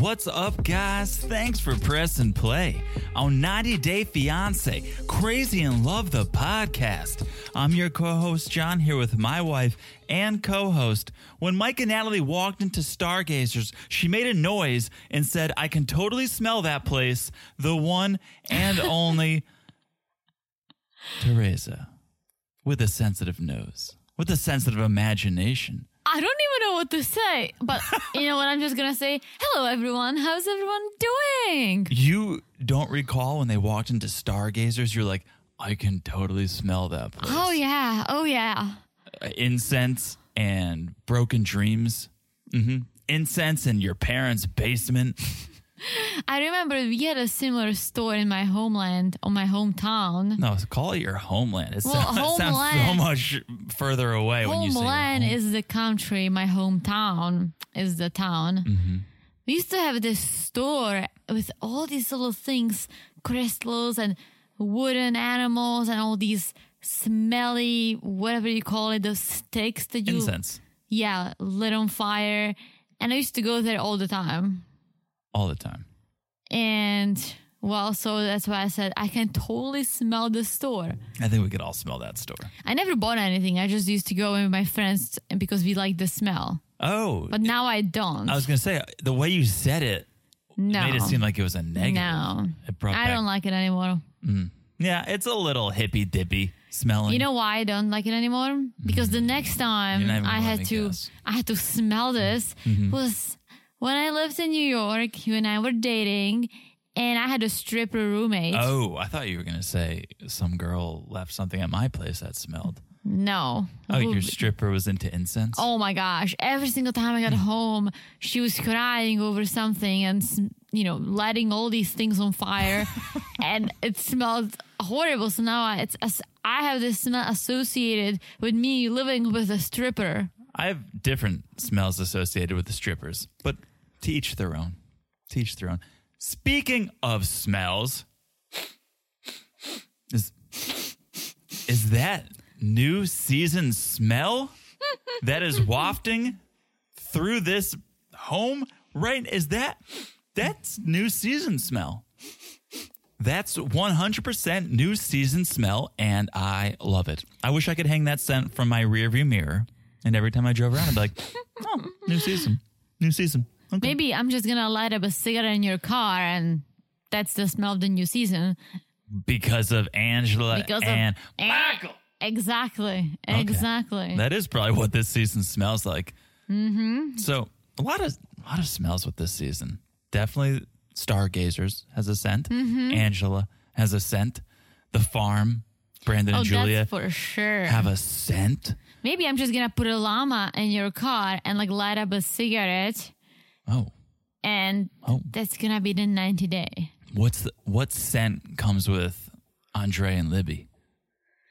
What's up, guys? Thanks for pressing play on 90 Day Fiance, Crazy in Love, the podcast. I'm your co host, John, here with my wife and co host. When Mike and Natalie walked into Stargazers, she made a noise and said, I can totally smell that place, the one and only Teresa with a sensitive nose, with a sensitive imagination. I don't even know what to say, but you know what? I'm just gonna say, hello everyone. How's everyone doing? You don't recall when they walked into Stargazers, you're like, I can totally smell that place. Oh yeah, oh yeah. Uh, Incense and broken dreams. hmm Incense in your parents' basement. I remember we had a similar store in my homeland, on my hometown. No, call it your homeland. It, Well, sounds, it sounds so homeland- much further away when you say your homeland home. is the country. My hometown is the town. Mm-hmm. We used to have this store with all these little things, crystals and wooden animals and all these smelly, whatever you call it, those sticks that you incense Yeah, lit on fire. And I used to go there all the time. all the time. And well, so that's why I said I can totally smell the store. I think we could all smell that store. I never bought anything. I just used to go with my friends because we like the smell. Oh, But now I don't. I was gonna say uh, the way you said it no. made it seem like it was a negative. No. it brought I back- don't like it anymore. Yeah, it's a little hippy dippy smelling. You know why I don't like it anymore? Because the next Mm. time You're not even I gonna Mm-hmm. let had me to guess. I had to smell this was when I lived in New York, you and I were dating and I had a stripper roommate. Oh, I thought you were gonna say some girl left something at my place that smelled. No. Oh, Who- your stripper was into incense. Oh my gosh. Every single time I got Hmm. home, she was crying over something and, s- you know, lighting all these things on fire. and it smelled horrible. So now I, it's, as- I have this smell associated with me living with a stripper. I have different smells associated with the strippers, but to each their own. To each their own. Speaking of smells, is is that new season smell that is wafting through this home? Right? Is that that's new season smell? That's 100% new season smell, and I love it. I wish I could hang that scent from my rearview mirror, and every time I drove around, I'd be like, oh, new season, new season. Okay. Maybe I'm just going to light up a cigarette in your car and that's the smell of the new season. Because of Angela Because of- and Eh, Michael. Exactly. Exactly. That is probably what this season smells like. Mm-hmm. So a lot of a lot of smells with this season. Definitely Stargazers has a scent. Mm-hmm. Angela has a scent. The farm, Brandon oh, and Julia that's for sure. have a scent. Maybe I'm just going to put a llama in your car and like light up a cigarette. Oh. and Oh. that's gonna be the 90 day What's the, what scent comes with Andre and Libby?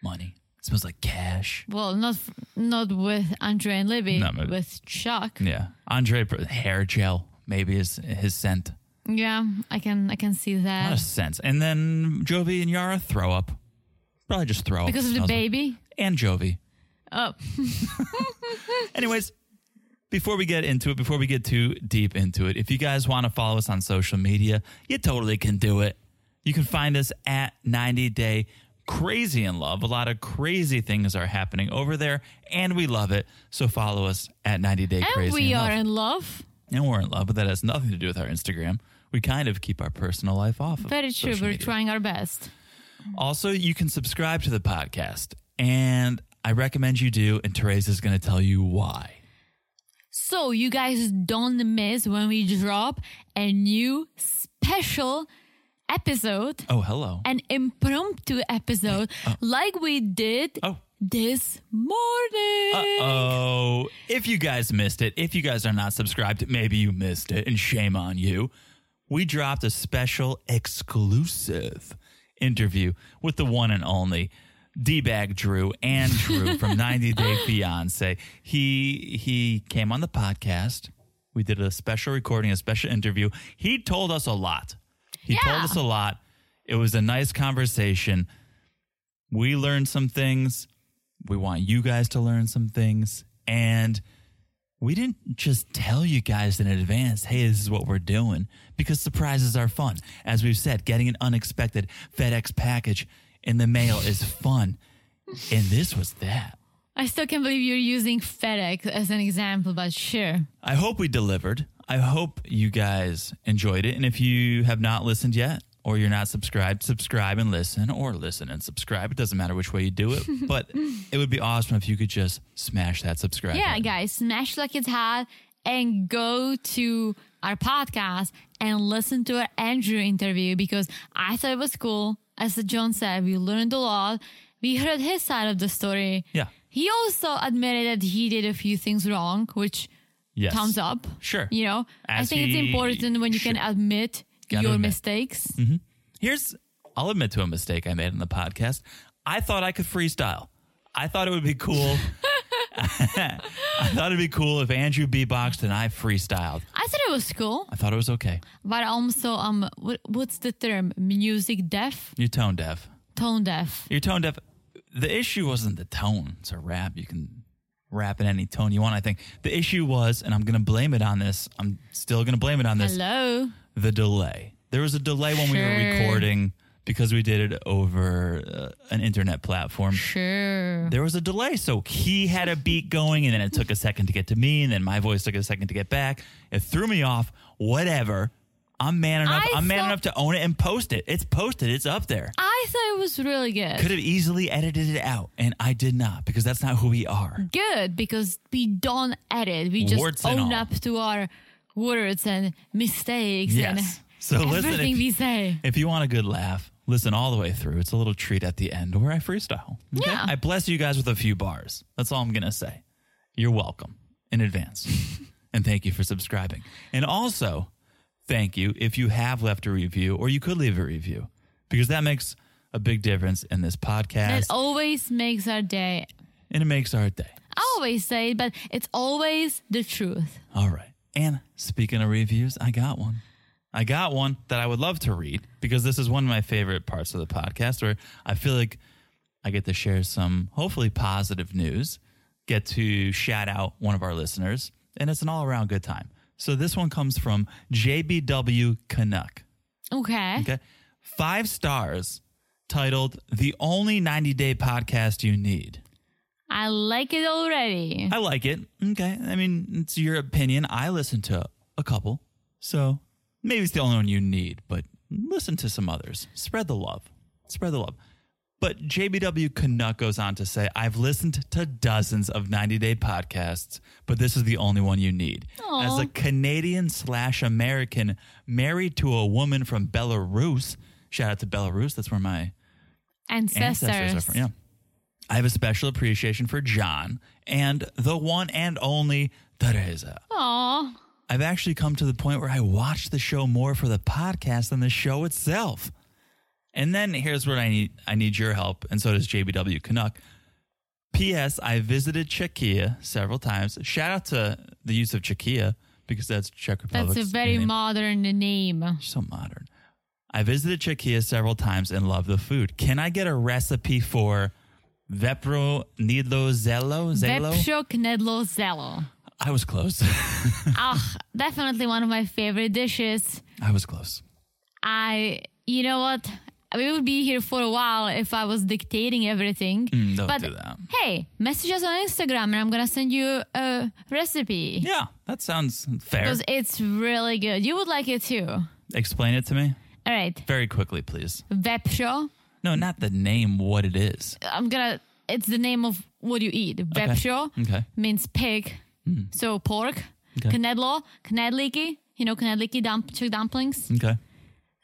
Money. It smells like cash. Well, not f- not with Andre and Libby, No, but- with Chuck. Yeah. Yeah. Andre pr- hair gel maybe is his scent. I can I can see A lot of that scents. And then Jovi and Yara throw up. Probably just throw up. because of the Smells like- baby. and Jovi. Oh, Anyways, before we get into it, before we get too deep into it, if you guys want to follow us on social media, you totally can do it. You can find us at 90 Day Crazy in Love. A lot of crazy things are happening over there, and we love it. So follow us at 90 Day and Crazy we in are Love. in love. and we're in love, but that has nothing to do with our Instagram. We kind of keep our personal life off of Very true. social We're media. trying our best. Also, you can subscribe to the podcast, and I recommend you do, and Teresa's going to tell you why. So you guys don't miss when we drop a new special episode, Oh, hello. an impromptu episode, like we did Oh. this morning. Oh, if you guys missed it, if you guys are not subscribed, maybe you missed it, and shame on you. We dropped a special exclusive interview with the one and only D bag Drew and Drew from 90 Day Fiance. He he came on the podcast. We did a special recording, a special interview. He told us a lot. He told Yeah. us a lot. It was a nice conversation. We learned some things. We want you guys to learn some things. And we didn't just tell you guys in advance, hey, this is what we're doing, because surprises are fun. As we've said, getting an unexpected FedEx package in the mail is fun. And this was that. I still can't believe you're using FedEx as an example, but sure. I hope we delivered. I hope you guys enjoyed it. And if you have not listened yet or you're not subscribed, subscribe and listen or listen and subscribe. It doesn't matter which way you do it, but it would be awesome if you could just smash that subscribe. Yeah, button. guys, smash like it's hot and go to our podcast and listen to our Andrew interview because I thought it was cool. As John said, we learned a lot. We heard his side of the story. Yeah. He also admitted that he did a few things wrong, which Yes. thumbs up. Sure. You know, As I he think it's important when you can should. admit Gotta your admit. Mm-hmm. mistakes. Here's I'll admit to a mistake I made in the podcast. I thought I could freestyle. I thought it would be cool. I thought it'd be cool if Andrew B boxed and I freestyled. I thought it was cool, I thought it was okay. but also, um, what, what's the term? Music deaf, You're tone deaf. tone deaf. You're tone deaf. The issue wasn't the tone. It's a rap. You can rap in any tone you want, I think. The issue was, and I'm going to blame it on this. I'm still going to blame it on this. Hello. the delay. There was a delay when we were Sure. recording because we did it over uh, an internet platform. Sure. there was a delay. So he had a beat going, and then it took a second to get to me, and then my voice took a second to get back. It threw me off. Whatever. I'm man enough. I I'm man thought- enough to own it and post it. It's posted. It's up there. I thought it was really good. Could have easily edited it out, and I did not because that's not who we are. good because we don't edit. We just Warts and own all. up to our words and mistakes Yes. and So listen, everything if, we say. if you want a good laugh, listen all the way through. It's a little treat at the end where I freestyle. okay? Yeah. I bless you guys with a few bars. That's all I'm gonna say. You're welcome in advance, and thank you for subscribing. And also, thank you if you have left a review or you could leave a review because that makes a big difference in this That podcast always makes our day. and it makes our day. I always say it, but it's always the truth. All right. And speaking of reviews, I got one. I got one that I would love to read because this is one of my favorite parts of the podcast where I feel like I get to share some hopefully positive news, get to shout out one of our listeners, and it's an all around good time. So this one comes from JBW Canuck. Okay. Okay. Five stars titled The Only 90 Day Podcast You Need. I like it already. I like it. Okay. I mean, it's your opinion. I listen to a couple. So maybe it's the only one you need, but listen to some others. Spread the love. Spread the love. But JBW Canuck goes on to say, I've listened to dozens of 90 day podcasts, but this is the only one you need. As a Canadian slash American married to a woman from Belarus, shout out to Belarus. That's where my Ancestors. are from. Yeah. I have a special appreciation for John and the one and only Teresa. Aw. I've actually come to the point where I watch the show more for the podcast than the show itself. And then here's what I need I need your help, and so does JBW Canuck. P.S. I visited Czechia several times. Shout out to the use of Czechia because that's Czech Republic. That's a very modern name. so modern. I visited Czechia several times and love the food. Can I get a recipe for Vepro Nidlo Zelo? Zelo? Vepsho Knedlo Zelo. I was close. Ah, definitely one of my favorite dishes. I was close. I, you know what? We would be here for a while if I was dictating everything. Mm, don't but do that. hey, message us on Instagram and I'm going to send you a recipe. Yeah, that sounds fair. Because it's really good. You would like it too. All Explain it to me right. very quickly, please. Vepsho. No, not the name, what it is. I'm going to, it's the name of what you eat. Vepsho Okay. Hmm. means pig. So pork. Okay. Knedlo, knedliki. You know, knedliki dump, two dumplings. Okay.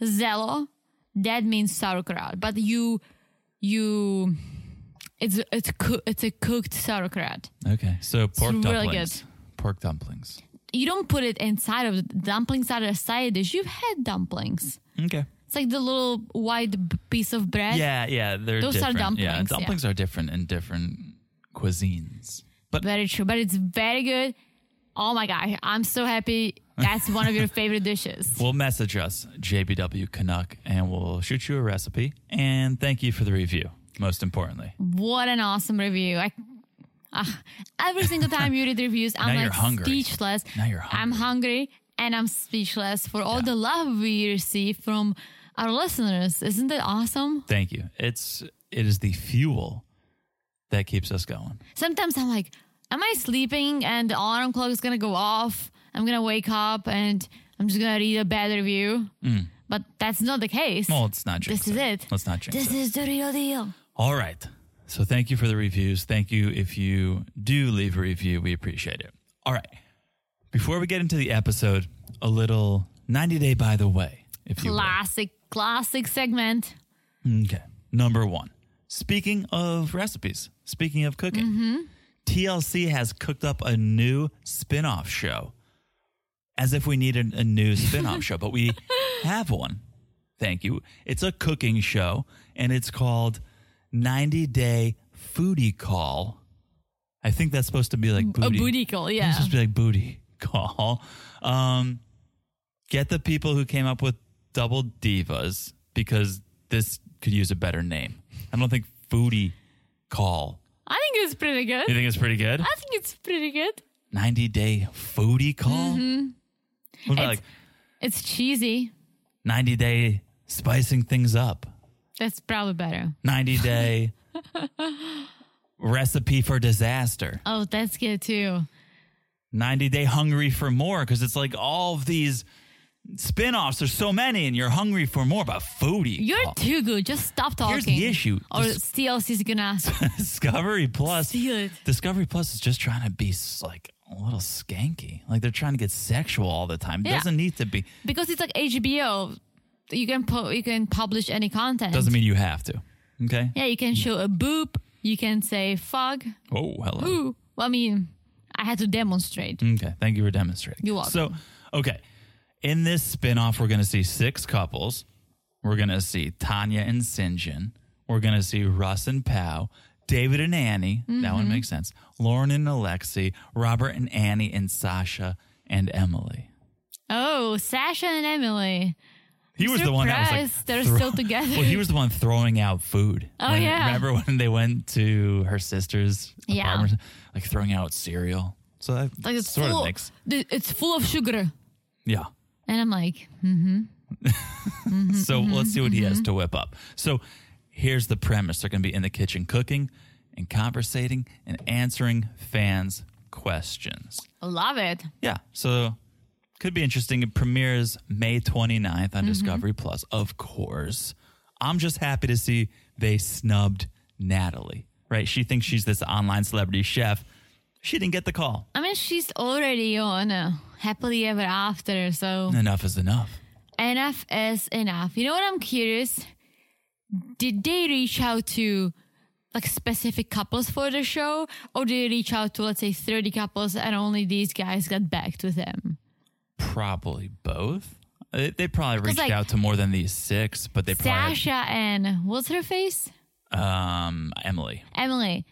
Zello, that means sauerkraut. But you, you, it's it's coo- it's a cooked sauerkraut. Okay. So pork really dumplings. Pork dumplings. You don't put it inside of the dumplings are a side dish. You've had dumplings. Okay. It's like the little white b- piece of bread. Yeah, yeah. They're Those are different. Yeah, dumplings, yeah. dumplings are different in different cuisines. But Very true, but it's very good. Oh my gosh, I'm so happy. That's one of your favorite dishes. We'll message us, JBW Canuck, and we'll shoot you a recipe. And thank you for the review, most importantly. What an awesome review! I, ah, every single time you read the reviews, I'm Now you're like hungry. speechless. Now you're I'm hungry and I'm speechless for all the love we receive from our listeners. Isn't that awesome? Thank you. It's it is the fuel that keeps us going. Sometimes I'm like, am I sleeping and the alarm clock is gonna go off? I'm gonna wake up and I'm just gonna read a bad review. But that's not the case. Mm. Well, let's not jinx this is it. Let's not jinx This it. is the real deal. All right. So thank you for the reviews. Thank you if you do leave a review. We appreciate it. All right. Before we get into the episode, a little 90 day by the way, if you will. Classic, classic segment. Okay. Number one. Speaking of recipes, speaking of cooking, TLC has cooked up a new spin off show. As if we needed a new spin off show, but we have one. Thank you. It's a cooking show and it's called 90 Day Foodie Call. I think that's supposed to be like booty. Mm, A booty call, It's yeah. supposed to be like booty call. Um, get the people who came up with double divas because this could use a better name. I don't think foodie call. I think it's pretty good. You think it's pretty good? I think it's pretty good. Ninety day foodie call. Mm-hmm. What about It's- like It's cheesy. ninety day spicing things up? That's probably better. Ninety day recipe for disaster. Oh, that's good too. 90 day hungry for more because it's like all of these spin-offs there's so many and you're hungry for more but foodie You're Oh, too good. Just stop talking. Here's the issue. Or Just- CLC's gonna discovery plus steal it. discovery plus is just trying to be s- like a little skanky like they're trying to get sexual all the time Yeah. doesn't need to be Because it's like HBO. You can po- you can publish any content. doesn't mean you have to okay Yeah, you can show a boob. You can say fuck. oh hello Ooh. Well, I mean, I had to demonstrate. Okay. Thank you for demonstrating. You're welcome. So, okay. In this spinoff, we're going to see six couples. We're going to see Tanya and Sinjin. We're going to see Russ and Pow, David and Annie. That Mm-hmm. one makes sense. Lauren and Alexi, Robert and Annie, and Sasha and Emily. Oh, Sasha and Emily. He was the one that was like, Surprised they're throw- still together. Well, he was the one throwing out food. Oh, When- yeah. Remember when they went to her sister's Yeah. apartment, like throwing out cereal? So that Like it's sort full. of makes th- It's full of sugar. yeah. And I'm like, So let's see what he has to whip up. So here's the premise they're going to be in the kitchen cooking and conversating and answering fans' questions. love it. Yeah. So could be interesting. It premieres May 29th on Discovery Plus, of course. I'm just happy to see they snubbed Natalie, right? She thinks she's this online celebrity chef. She didn't get the call. I mean, she's already on uh, happily ever after. So Enough is enough. enough is enough. You know what I'm curious? Did they reach out to like specific couples for the show, or did they reach out to let's say 30 couples and only these guys got back to them? Probably both. They, they probably 'Cause, reached like, out to more than these six, but they Sasha and what's her face? probably um Emily. Emily.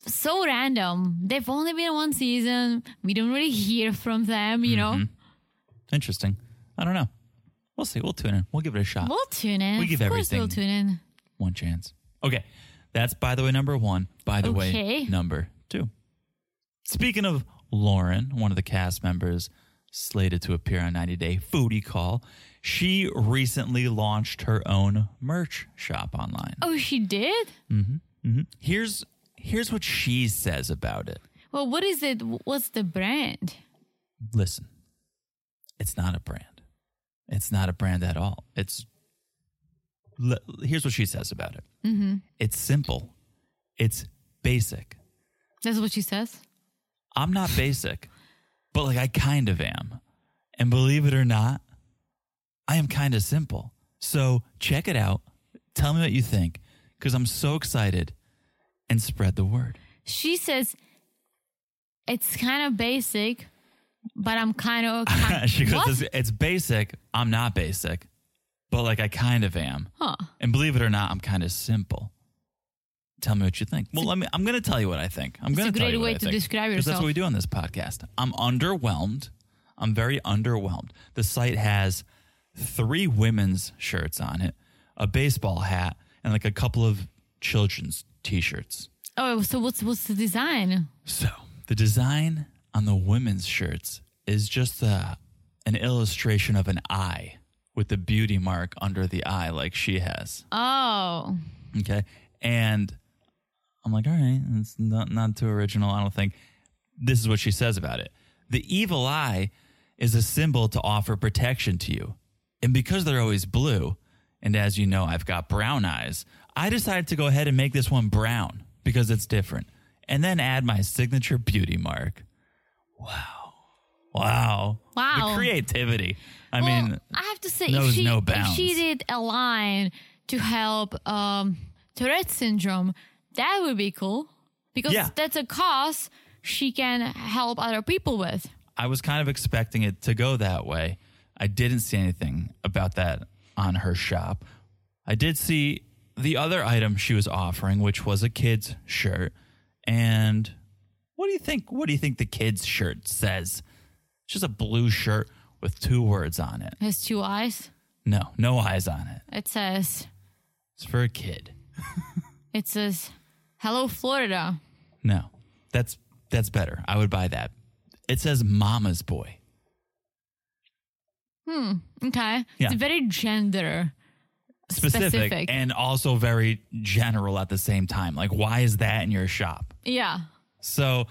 So random. They've only been one season. We don't really hear from them, you know? Mm-hmm. Interesting. I don't know. We'll see. We'll tune in. We'll give it a shot. We'll tune in. We give of course We'll everything- tune in. one chance. Okay. That's by the way number 1. By the way Okay. number 2. Speaking of Lauren, one of the cast members slated to appear on 90 Day Foodie Call, she recently launched her own merch shop online. Mm-hmm. Oh, she did? Here's here's what she says about it. Well, what is it? What's the brand? Listen. It's not a brand. It's not a brand at all. It's l- here's what she says about it. It's simple. It's basic. That's what she says. I'm not basic, but like I kind of am. And believe it or not, I am kind of simple. So check it out. Tell me what you think because I'm so excited and spread the word. She says it's kind of basic, but I'm kind of. ki- she goes, What? it's, it's basic. I'm not basic, but like I kind of am. Huh. And believe it or not, I'm kind of simple. Tell me what you think. Well, let me. I'm going to tell you what I think. I'm It's going a to tell great you way what I to think, describe 'cause That's yourself. what we do on this podcast. I'm underwhelmed. I'm very underwhelmed. The site has three women's shirts on it, a baseball hat, and like a couple of children's t-shirts. Oh, so what's what's the design? So the design on the women's shirts is just uh, an illustration of an eye with the beauty mark under the eye, like she has. Oh, Okay. And I'm like, all right, it's not, not too original, I don't think. This is what she says about it. The evil eye is a symbol to offer protection to you. And because they're always blue, and as you know, I've got brown eyes, I decided to go ahead and make this one brown because it's different. And then add my signature beauty mark. Wow. Wow. Wow. The creativity. I Well, mean, I have to say, knows if she, no if she bounds. did a line to help um, Tourette syndrome, that would be cool because Yeah. that's a cause she can help other people with. I was kind of expecting it to go that way. I didn't see anything about that on her shop. I did see the other item she was offering, which was a kid's shirt. And what do you think? What do you think the kid's shirt says? It's just a blue shirt with two words on it. Has two eyes. No, no eyes on it. It says, It's for a kid. it says, "Hello, Florida." No, that's that's better. I would buy that. It says "Mama's boy." Okay, Yeah. it's very gender. Specific, Specific. and also very general at the same time. Like, why is that in your shop? Yeah. So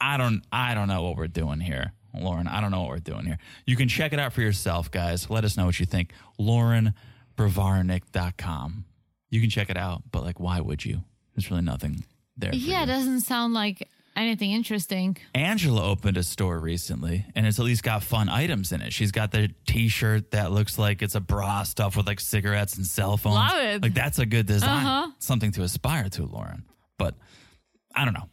I don't I don't know what we're doing here, Lauren. I don't know what we're doing here. You can check it out for yourself, guys. Let us know what you think. LaurenBravarnik.com. You can check it out, but like why would you? There's really nothing there. for Yeah, you. it doesn't sound like anything interesting. Angela opened a store recently and it's at least got fun items in it. She's got the t shirt that looks like it's a bra stuff with like cigarettes and cell phones. Love it. Like that's a good design. Uh-huh. Something to aspire to, Lauren. But I don't know.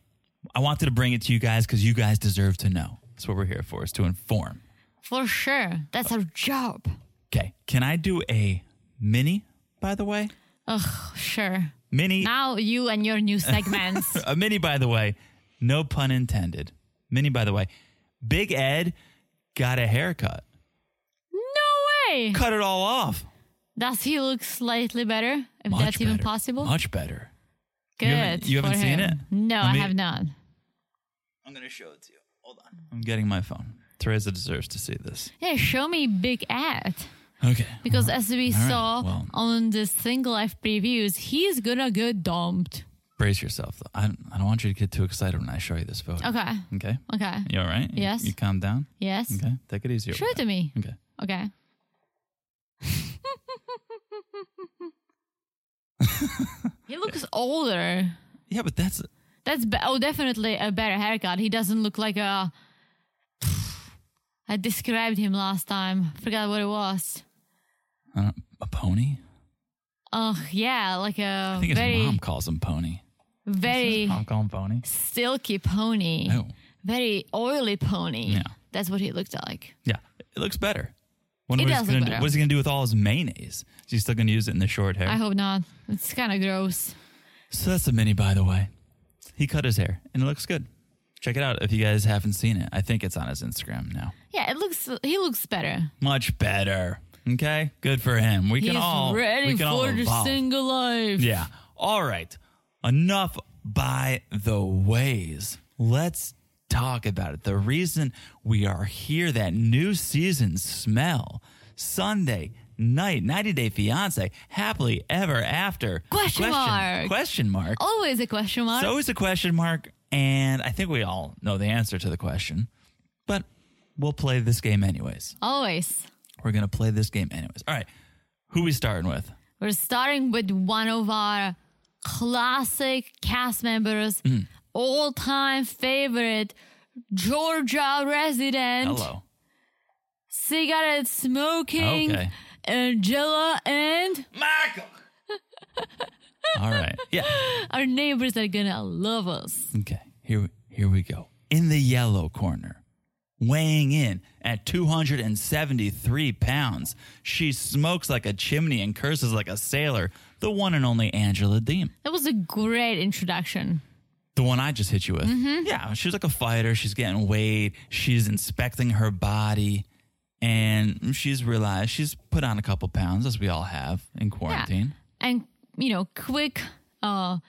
I wanted to bring it to you guys because you guys deserve to know. That's what we're here for, is to inform. For sure. That's our job. Okay. Can I do a mini, by the way? Ugh, sure. Mini Now you and your new segments. a mini, by the way, no pun intended. Mini, by the way. Big Ed got a haircut. no way. Cut it all off. Does he look slightly better? If Much that's even better. possible. Much better. Good. haven't- you haven't for seen him. it? No, Let I me- have not. I'm going to show it to you. Hold on. I'm getting my phone. Teresa deserves to see this. Yeah, show me Big Ed. Okay. Because as All we right, saw well. on the single life previews, he's gonna get dumped. Brace yourself. Though. I, don't, I don't want you to get too excited when I show you this photo. Okay. Okay. Okay. You all right? You- Yes. You, calm down? Yes. Okay. Take it easier. Show with it to me. that. Okay. Okay. he looks older. Yeah, but that's That's be- oh, definitely a better haircut. He doesn't look like a. I described him last time. Forgot what it was. uh, a pony. Oh yeah, like a I think his Oh, very, mom calls him pony. Does his very mom call him pony? silky pony, No. very oily pony. Oh. Yeah. That's what he looked like. Yeah, it looks better. What It was does gonna look do- better. What's he gonna do with all his mayonnaise? Is he still gonna use it in the short hair? I hope not. It's kind of gross. So that's a mini, by the way. He cut his hair, and it looks good. Check it out if you guys haven't seen it. I think it's on his Instagram now. Yeah, it looks. He looks better. Much better. Okay, good for him. We He's can all ready we can all for the evolve. single life. Yeah. All right. Enough by the ways. Let's talk about it. The reason we are here, that new season smell, Sunday night, 90 Day Fiance, happily ever after. Question mark. Question mark. Always a question mark. It's always a question mark. And I think we all know the answer to the question, but we'll play this game anyways. Always. We're going to play this game anyways. All right. Who we starting with? We're starting with one of our classic cast members, Mm. all time favorite, Georgia resident, Hello. cigarette smoking, Okay. Angela, and Michael. All right. Yeah. our neighbors are gonna love us. Okay. Here here we go. In the yellow corner, weighing in at 273 pounds, she smokes like a chimney and curses like a sailor. The one and only Angela Deem. That was a great introduction. The one I just hit you with. Mm-hmm. Yeah, she's like a fighter. She's getting weighed. She's inspecting her body. And she's realized she's put on a couple pounds, as we all have in quarantine. And, you know, quick uh,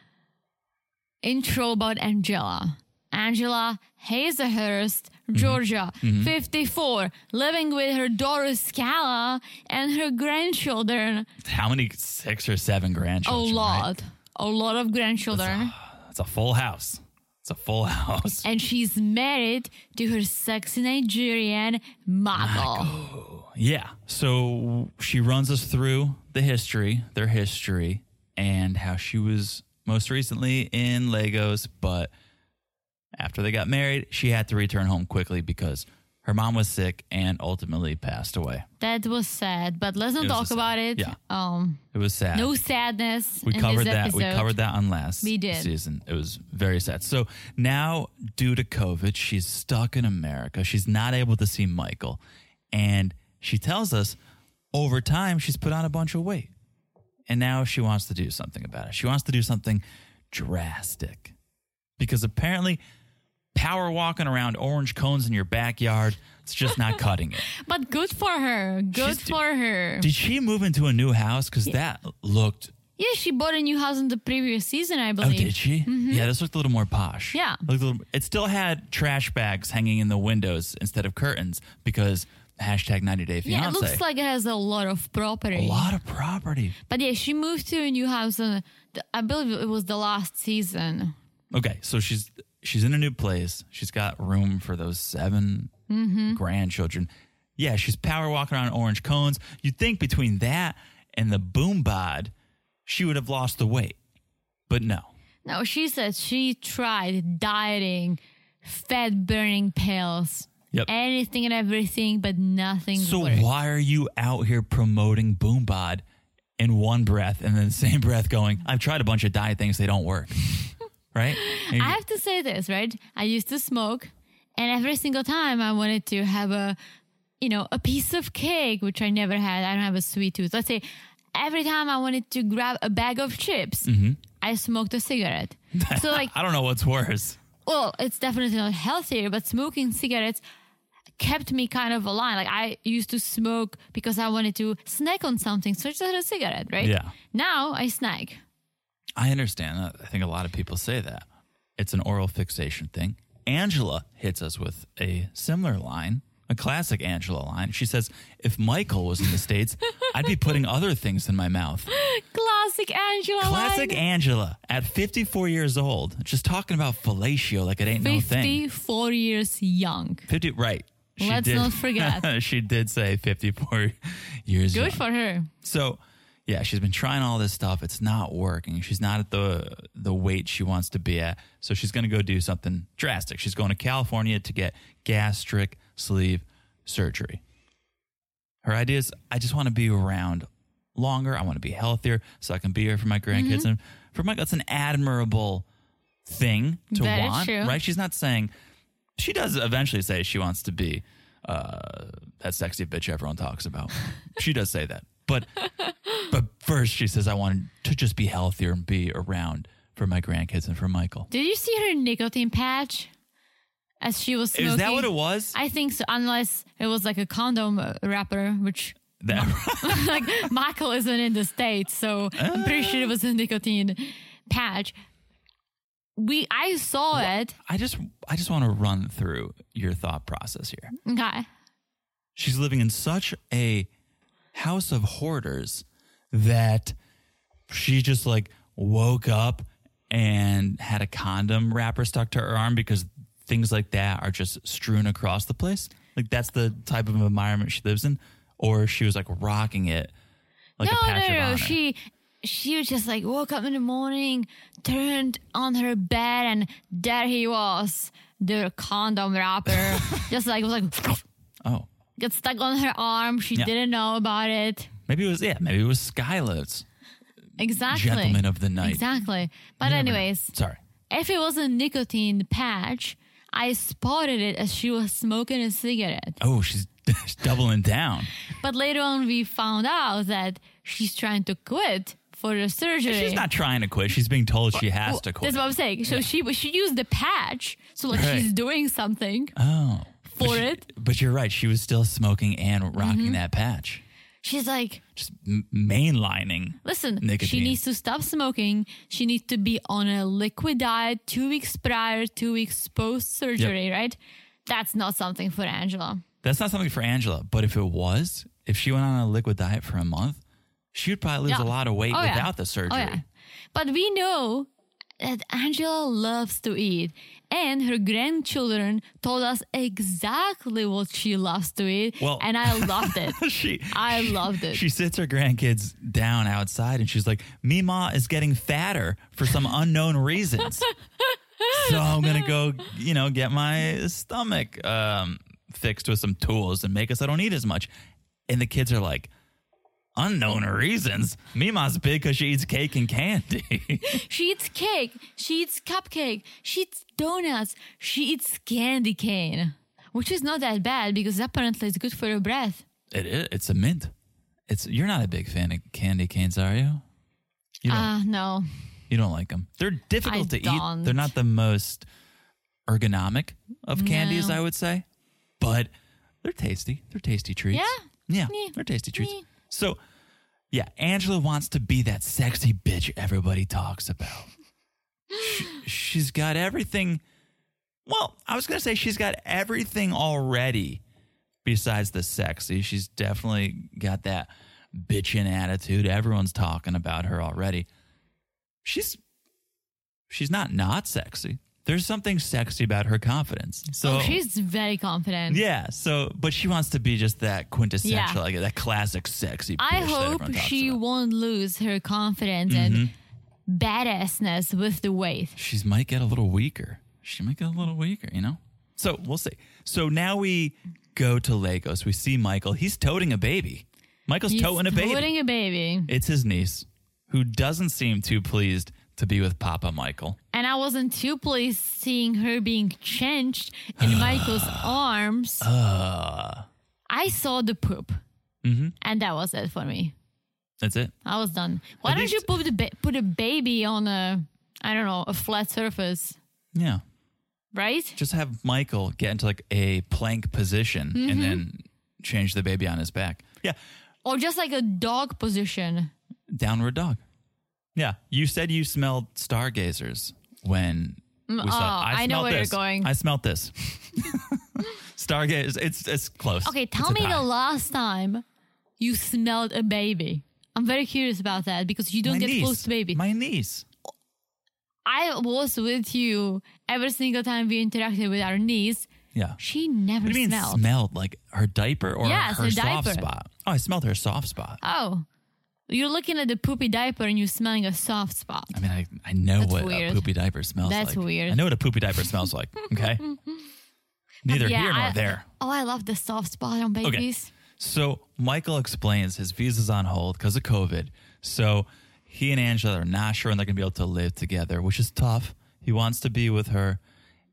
intro about Angela. Angela Hazerhurst, Mm-hmm. Georgia, 54, living with her daughter Scala and her grandchildren. How many? Six or seven A grandchildren. right? lot, a lot of grandchildren. It's a full house. It's a full house. And she's married to her sexy Nigerian Mago. Yeah. So she runs us through the history, their history, and how she was most recently in Legos, but after they got married, she had to return home quickly because her mom was sick and ultimately passed away. That was sad, but let's not It was talk sad- about it. yeah. Um, It was sad. no sadness. we in covered this that. Episode. We covered that on last We did. season. It was very sad. So now, due to COVID, she's stuck in America. She's not able to see Michael, and she tells us over time she's put on a bunch of weight, and now she wants to do something about it. She wants to do something drastic because apparently. Power walking around orange cones in your backyard, it's just not cutting it. But good for her. Good She's- for her. Did she move into a new house? Because that looked yeah, she bought a new house in the previous season, I Oh, believe. did she? Yeah, this looked a little more posh. Mm-hmm. Yeah. Looked a little, it still had trash bags hanging in the windows instead of curtains because hashtag 90 Day Fiance. Yeah, it looks like it has a lot of property. a lot of property. but- But yeah, she moved to a new house, and the, I believe it was the last season. Okay, so she's she's in a new place. She's got room for those 7 Mm-hmm. grandchildren. Yeah, she's power walking around orange cones. You'd think between that and the boom bod, she would have lost the weight, but no. No, she said she tried dieting, fat burning pills, Yep. anything and everything, but nothing So worked. why are you out here promoting Boom Bod in one breath and then the same breath going, I've tried a bunch of diet things, they don't work. right? And I have to say this, right? I used to smoke, and every single time I wanted to have a, you know, a piece of cake, which I never had. I don't have a sweet tooth. Let's say every time I wanted to grab a bag of chips, Mm-hmm. I smoked a cigarette. so like, I don't know what's worse. well, it's definitely not healthier, but smoking cigarettes kept me kind of aligned. Like I used to smoke because I wanted to snack on something, so I just had a cigarette, right? Yeah. Now I snack. I understand that. I think a lot of people say that. It's an oral fixation thing. Angela hits us with a similar line, a classic Angela line. She says, If Michael was in the States, I'd be putting other things in my mouth. Classic Angela. Classic line. Angela at 54 years old, just talking about fellatio like it ain't no thing. 54 years young. 50 right she Let's did, not forget. she did say 54 years Good young. for her. so yeah she's been trying all this stuff it's not working she's not at the the weight she wants to be at so she's going to go do something drastic she's going to california to get gastric sleeve surgery her idea is i just want to be around longer i want to be healthier so i can be here for my Mm-hmm. grandkids and for my that's an admirable thing to That is want true. right she's not saying She does eventually say she wants to be uh, that sexy bitch everyone talks about. she does say that, but but first she says I want to just be healthier and be around for my grandkids and for Michael. Did you see her nicotine patch as she was smoking? Is that what it was? I think so, unless it was like a condom uh, wrapper, which That- like Michael isn't in the states, so I'm pretty sure it was Ah. a nicotine patch. We I saw it. I just I just want to run through your thought process here. Okay. She's living in such a house of hoarders that she just like woke up and had a condom wrapper stuck to her arm because things like that are just strewn across the place. Like that's the type of environment she lives in. Or she was like rocking it like a no, patch no, of no. honor. She she was just like woke up in the morning, turned on her bed, and there he was, the condom wrapper, just like was like oh. got stuck on her arm. She Yeah. didn't know about it. Maybe it was yeah, maybe it was Skylar's Exactly. gentleman of the night. Exactly. But anyways, Sorry. if it was a nicotine patch, I spotted it as she was smoking a cigarette. Oh, she's, she's doubling down. But later on, we found out that she's trying to quit for the surgery. She's not trying to quit. She's being told she has Well, to quit. That's what I'm saying. So she she used the patch, so like Right. she's doing something oh. But for she- it. Mm-hmm. But you're right. She was still smoking and rocking that patch. She's like, Just m- mainlining. Listen, she Nicotine. needs to stop smoking. She needs to be on a liquid diet two weeks prior, two weeks post surgery, right? That's not something for Angela. That's not something for Angela. But if it was, if she went on a liquid diet for a month, she would probably lose Yeah. a lot of weight Oh, yeah. without the surgery. Oh, yeah. But we know that Angela loves to eat, and her grandchildren told us exactly what she loves to eat. Well- and I loved it. She, I loved it. She sits her grandkids down outside and she's like, Mima is getting fatter for some unknown reasons. so I'm going to go, you know, get my stomach um, fixed with some tools and make us I don't eat as much. And the kids are like, unknown reasons. Mima's big because she eats cake and candy. She eats cake. She eats cupcake. She eats donuts. She eats candy cane, which is not that bad because apparently it's good for your breath. it is. It's a mint. It's You're not a big fan of candy canes, are you? You don't, Ah, no. you don't like them. They're difficult to don't. eat. They're not the most ergonomic of candies, No. I would say, but they're tasty. They're tasty treats. Yeah? Yeah. Yeah. They're tasty treats. Yeah. So, yeah, Angela wants to be that sexy bitch everybody talks about. Sh- she's got everything. Well, I was going to say she's got everything already besides the sexy. She's definitely got that bitchin' attitude. Everyone's talking about her already. She's she's not not sexy. There's something sexy about her confidence. So oh, she's very confident. yeah, so but she wants to be just that quintessential, Yeah. like that classic sexy. I bitch that everyone hope talks she about. won't lose her confidence and Mm-hmm. badassness with the weight. She's might get a little weaker. She might get a little weaker, you know. So we'll see. So now we go to Lagos. We see Michael. He's toting a baby. Michael's He's toting a baby. toting a baby. it's his niece, who doesn't seem too pleased to be with Papa Michael. And I wasn't too pleased seeing her being changed Ah. in Michael's arms. I saw the poop. Mm-hmm. And that was it for me. That's it. I was done. Why At don't you least- put the ba- put a baby on a I don't know a flat surface, Yeah. right? Just have Michael get into like a plank position Mm-hmm. and then change the baby on his back. Yeah. Or just like a dog position. Downward dog. Yeah. You said you smelled stargazers when we oh, saw. I know smelt where you're this. going. I smelled this. Stargaze. It's it's close. Okay, It's tell a me tie. the last time you smelled a baby. I'm very curious about that because you don't My get niece, close to baby. My niece. I was with you every single time we interacted with our niece. Yeah. She never What do you mean smelled. smelled? Like her diaper or Yes, her her soft diaper. spot? Oh, I smelled her soft spot. oh, you're looking at the poopy diaper and you're smelling a soft spot. I mean, I, I know That's what weird. a poopy diaper smells That's like. weird. I know what a poopy diaper smells like. Okay. Neither Yeah, here nor I- there. Oh, I love the soft spot on babies. So Michael explains his visa's on hold because of COVID. So he and Angela are not sure when they're going to be able to live together, which is tough. He wants to be with her.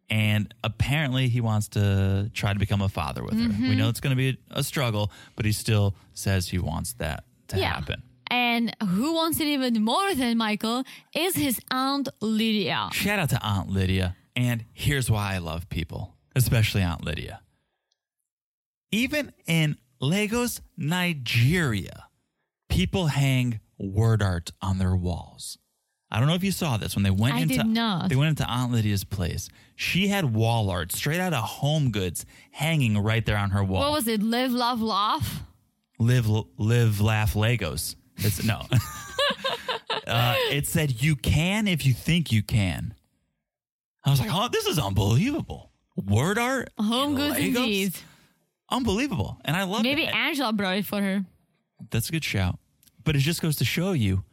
And apparently, he wants to try to become a father with her. We Mm-hmm. know it's going to be a, a struggle, but he still says he wants that to happen. And who wants it even more than Michael is his aunt Lydia. Shout out to Aunt Lydia. And here's why I love people, especially Aunt Lydia. Even in Lagos, Nigeria, people hang word art on their walls. I don't know if you saw this when they went I into did not. they went into Aunt Lydia's place. She had wall art straight out of Home Goods hanging right there on her wall. What was it? Live, love, laugh. live live laugh Legos. It's no. uh, it said you can if you think you can. I was like, oh, this is unbelievable. Word art, Home in goods Legos? indeed. unbelievable, and I love Maybe it. Angela brought it for her. That's a good shout. But it just goes to show you,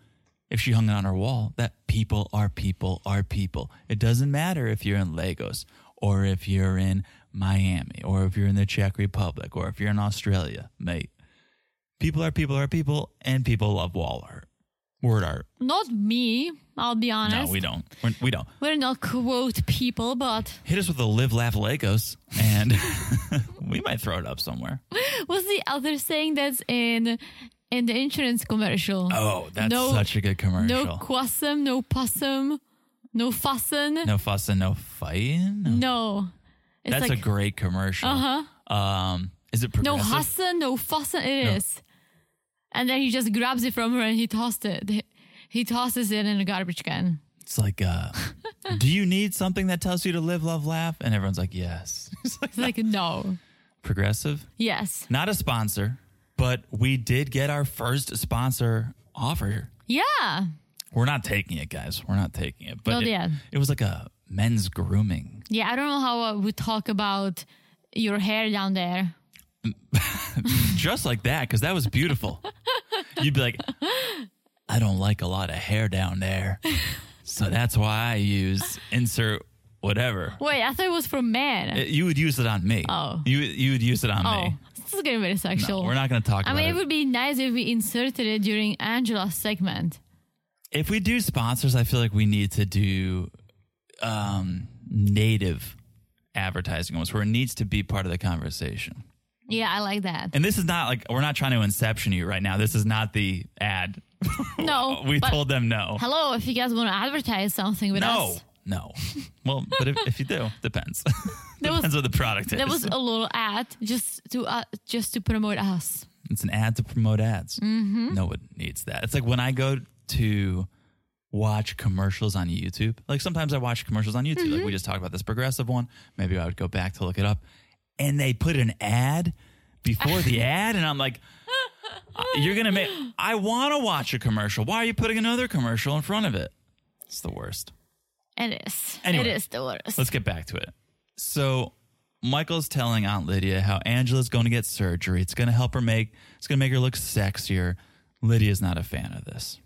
if she hung it on her wall, that people are people are people. It doesn't matter if you're in Lagos or if you're in Miami or if you're in the Czech Republic or if you're in Australia, mate. People are people are people, and people love wall art, word art. Not me, I'll be honest. No, we don't. We're, we don't. We're not quote people, but Hit us with a live, laugh, Legos, and we might throw it up somewhere. what's the other saying that's in in the insurance commercial? Oh, that's No- such a good commercial. No quassum, no possum, no fussin. no fuss and no fighting. No. It's That's like Uh-huh. a great commercial. Uh huh. Um, is it no progressive? hussin, no fussin. It is. No. And then he just grabs it from her and he tossed it. He- He tosses it in a garbage can. It's like, uh, do you need something that tells you to live, love, laugh? And everyone's like, yes. It's like It's like no. progressive, Yes. not a sponsor, but we did get our first sponsor offer. Yeah. We're not taking it, guys. We're not taking it. But Not it, yet. it was like a men's grooming. Yeah, I don't know how uh, we talk about your hair down there. just like that because that was beautiful. You'd be like, I don't like a lot of hair down there, so that's why I use insert whatever. Wait, I thought it was from men. It- you would use it on me. Oh. you you would use it on oh, me. this is getting very No, sexual. we're not going to talk I about mean, it it. would be nice if we inserted it during Angela's segment. if we do sponsors, I feel like we need to do um, native advertising ones where it needs to be part of the conversation. Yeah, I like that. And this is not like we're not trying to inception you right now. This is not the ad. no, we but told them no. Hello, if you guys want to advertise something with No, us, no. Well, but if, if you do, depends. There was- depends what the product is. there was a little ad just to uh, just to promote us. it's an ad to promote ads. No one needs that. It's like when I go to watch commercials on YouTube. Like sometimes I watch commercials on YouTube. Like we just talked about this progressive one. Maybe I would go back to look it up, and they put an ad before the ad, and I'm like. "Uh, You're gonna make. I want to watch a commercial. Why are you putting another commercial in front of it? It's the worst. It is. Anyway, it is the worst. Let's get back to it. So Michael's telling Aunt Lydia how Angela's going to get surgery. It's going to help her make it's going to make her look sexier. Lydia's not a fan of this.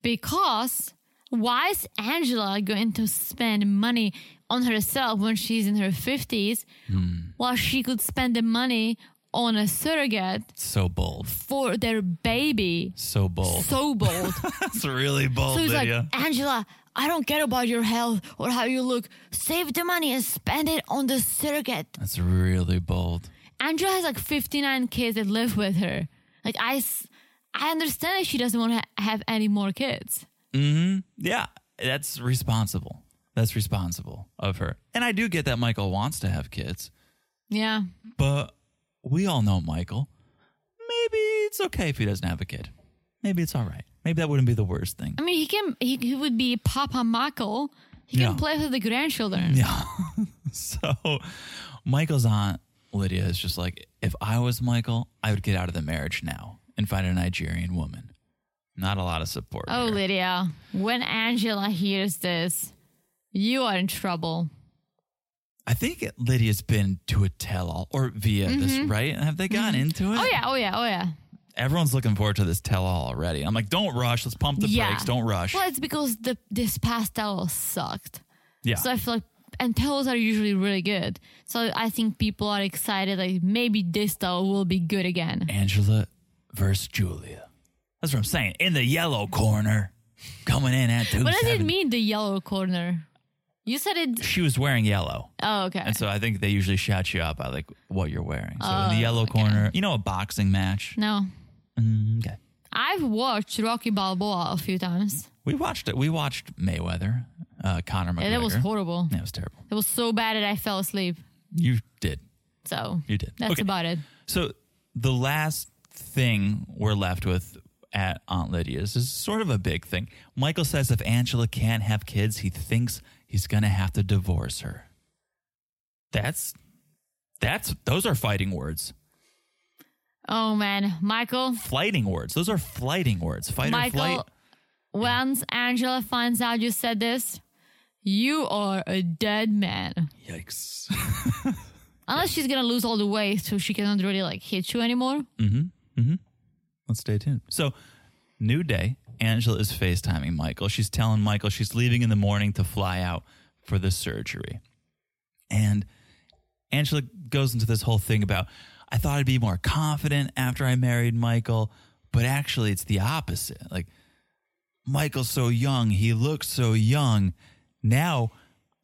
Because why is Angela going to spend money on herself when she's in her 50s Hmm. while she could spend the money on a surrogate So bold. for their baby? So bold. So bold. That's really bold, so he's like, Oh. Lydia. Angela, I don't care about your health or how you look. Save the money and spend it on the surrogate. That's really bold. Angela has like 59 kids that live with her. Like, I, s- I understand that she doesn't want to ha- have any more kids. Yeah, that's responsible. That's responsible of her. And I do get that Michael wants to have kids, Yeah. but we all know Michael. Maybe it's okay if he doesn't have a kid. Maybe it's all right. Maybe that wouldn't be the worst thing. I mean, he can. He, he would be Papa Michael. He can Yeah. play with the grandchildren. Yeah. so Michael's aunt Lydia is just like, if I was Michael, I would get out of the marriage now and find a Nigerian woman. Not a lot of support. Oh, here. Lydia, when Angela hears this, you are in trouble. I think Lydia's been to a tell all or via this, right? Have they gotten into it? Mm-hmm. Oh yeah, oh yeah, oh yeah. Everyone's looking forward to this tell all already. I'm like, don't rush. Let's pump the yeah. brakes. Don't rush. Well, it's because the this past towel sucked. Yeah. So I feel like and towels are usually really good. So I think people are excited like maybe this towel will be good again. Angela versus Julia. That's what I'm saying. In the yellow corner, coming in at two. What does it mean the yellow corner? You said it. She was wearing yellow. Oh, okay. And so I think they usually shout you out by like what you're wearing. So Oh, in the yellow corner, you know, a boxing match. no. Mm-hmm. Mm, Okay. I've watched Rocky Balboa a few times, We watched it. We watched Mayweather, uh, Conor McGregor. and it was horrible. That was terrible. It was so bad that I fell asleep. You did. So You did. That's Okay. about it. So the last thing we're left with at Aunt Lydia's is sort of a big thing. Michael says if Angela can't have kids, he thinks he's going to have to divorce her. That's that's those are fighting words. Oh man, Michael. Flighting words. Those are flighting words. Fight Michael, or flight. once Angela finds out you said this, you are a dead man. Yikes. Unless she's gonna lose all the weight, so she cannot really like hit you anymore. Let's stay tuned. So, new day. Angela is FaceTiming Michael. She's telling Michael she's leaving in the morning to fly out for the surgery. And Angela goes into this whole thing about, I thought I'd be more confident after I married Michael, but actually it's the opposite. Like, Michael's so young. He looks so young. Now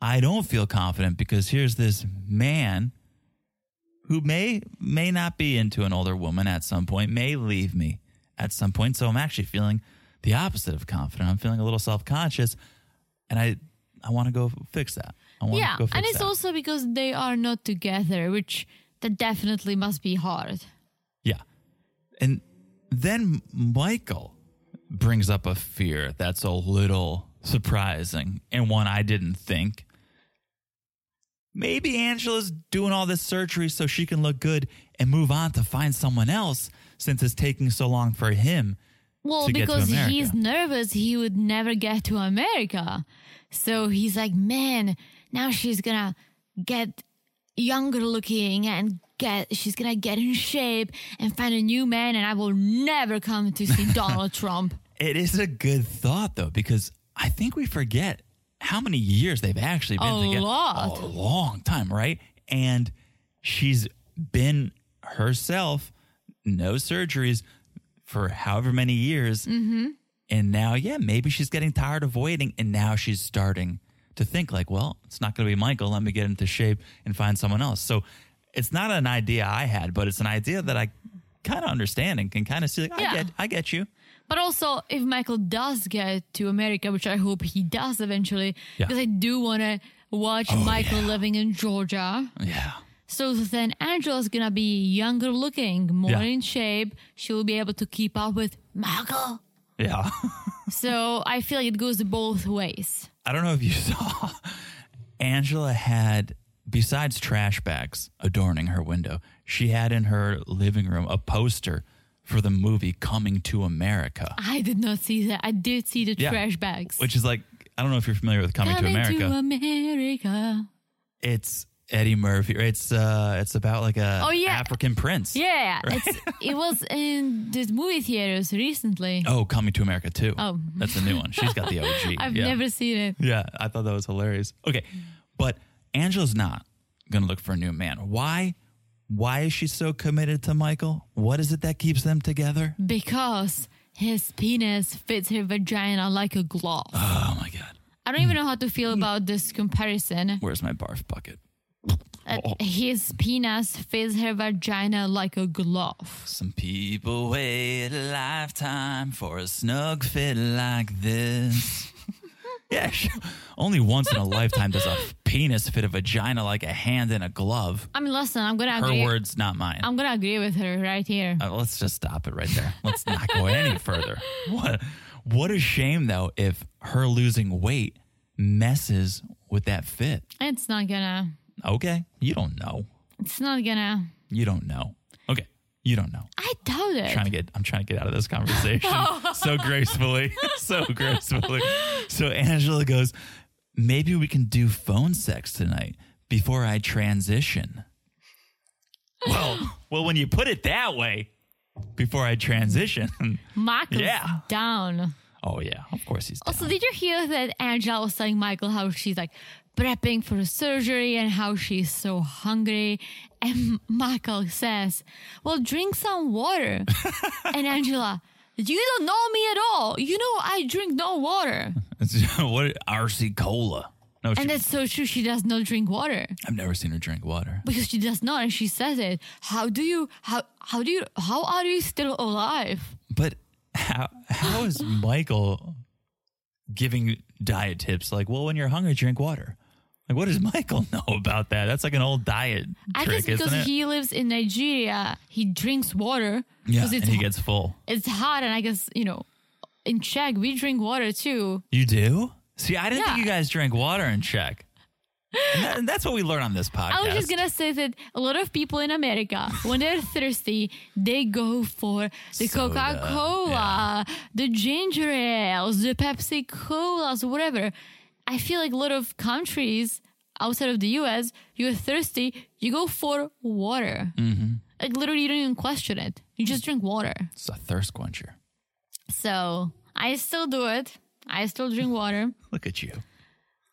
I don't feel confident because here's this man who may may not be into an older woman at some point, may leave me at some point. So I'm actually feeling the opposite of confident. I'm feeling a little self-conscious and I I want to go fix that. I want Yeah, to go fix and it's that. also because they are not together, which that definitely must be hard. Yeah. And then Michael brings up a fear that's a little surprising and one I didn't think. Maybe Angela's doing all this surgery so she can look good and move on to find someone else since it's taking so long for him. Well, to get to because he's America. nervous, he would never get to America. So he's like, man, now she's gonna get younger looking and get she's gonna get in shape and find a new man and I will never come to see Donald Trump. It is a good thought though, because I think we forget how many years they've actually been A together. lot. A long time, right? And she's been herself, no surgeries for however many years. Mm-hmm. And now, yeah, maybe she's getting tired of waiting. And now she's starting to think, like, well, it's not going to be Michael. Let me get into shape and find someone else. So it's not an idea I had, but it's an idea that I kind of understand and can kind of see, like, Yeah. I, get, I get you. But also, if Michael does get to America, which I hope he does eventually, Yeah. Oh, because I do want to watch Michael living in Georgia. Yeah. So then Angela's gonna be younger looking, more Yeah. in shape. She will be able to keep up with Michael. Yeah. So I feel like it goes both ways. I don't know if you saw, Angela had, besides trash bags adorning her window, she had in her living room a poster for the movie Coming to America, I did not see that. I did see the Yeah. trash bags. which is like, I don't know if you're familiar with Coming, Coming to America. America. it's Eddie Murphy. or It's uh, it's about like a Oh, yeah. African prince. Yeah, it's, it was in the movie theaters recently. Oh, Coming to America too. Oh. that's a new one. She's got the OG. I've yeah. never seen it. Yeah, I thought that was hilarious. Okay, but Angela's not going to look for a new man. Why? Why is she so committed to Michael? What is it that keeps them together? Mm. Because his penis fits her vagina like a glove. Oh my God. I don't even Hmm. know how to feel about this comparison. Where's my barf bucket? Uh, Oh. His penis fits her vagina like a glove. Some people wait a lifetime for a snug fit like this. yeah, sh- only once in a lifetime does a penis fit a vagina like a hand in a glove. I mean, listen, I'm gonna Her agree. words, not mine. I'm gonna agree with her right here. Uh, let's just stop it right there. Let's not go any further. What what a shame though if her losing weight messes with that fit. It's not gonna. Okay. You don't know. It's not gonna. You don't know. Okay. You don't know. I doubt it. trying to get I'm trying to get out of this conversation so gracefully. So gracefully. So Angela goes, "Maybe we can do phone sex tonight before I transition." Well, well when you put it that way, before I transition. Michael's Yeah. down. Oh yeah, of course he's. Also, did you hear that Angela was telling Michael how she's like prepping for surgery and how she's so hungry? And Michael says, Well, drink some water. and Angela, You don't know me at all. You know, I drink no water. what RC Cola? No, she, And that's so true. She does not drink water I've never seen her drink water. because she does not, and she says it. How do you? How how do you? How are you still alive? But how how is Michael giving diet tips? Like, well, when you're hungry, drink water. Like, what does Michael know about that? That's like an old diet I trick, guess because isn't it? he lives in Nigeria, he drinks water yeah, because and it's he gets full. it's hot, and I guess you know, in Czech we drink water too. You do? See, I didn't think Yeah. you guys drank water in Czech. And, that- and that's what we learn on this podcast. I was just gonna say that a lot of people in America, when they're thirsty, they go for the Soda, Coca Cola, the ginger ales, the Pepsi Colas, whatever. I feel like a lot of countries outside of the US, you're thirsty, you go for water. Mm-hmm. Like literally, you don't even question it. You just drink water. It's a thirst quencher. So I still do it. I still drink water. Look at you.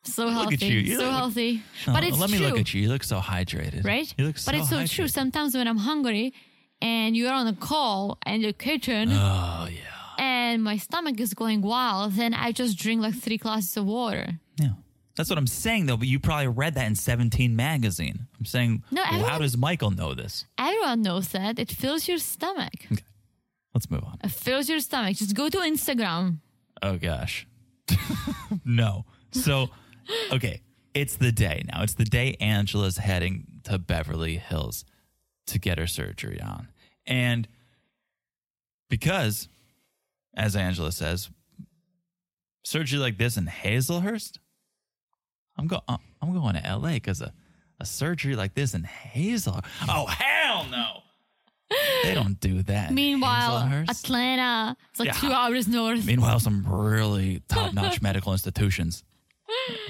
So Look healthy. at you. You so look- healthy. Oh, but it's let me true. look at you. You look so hydrated. right? You look so but it's so hydrated. true. Sometimes when I'm hungry and you're on a call and the kitchen Oh, yeah. and my stomach is going wild, then I just drink like three glasses of water. Yeah. That's what I'm saying, though. But you probably read that in 17 magazine. I'm saying, No, well, everyone- how does Michael know this? Everyone knows that. It fills your stomach. Let's move on. It fills your stomach. Just go to Instagram. Oh gosh. no. So, okay, it's the day now. It's the day Angela's heading to Beverly Hills to get her surgery on. And because as Angela says, surgery like this in Hazelhurst, I'm go I'm I'm going to LA cuz a a surgery like this in Hazel. Oh hell no. They don't do that. in Meanwhile, Hazelhurst. Atlanta, it's like Yeah. two hours north. Meanwhile, some really top notch medical institutions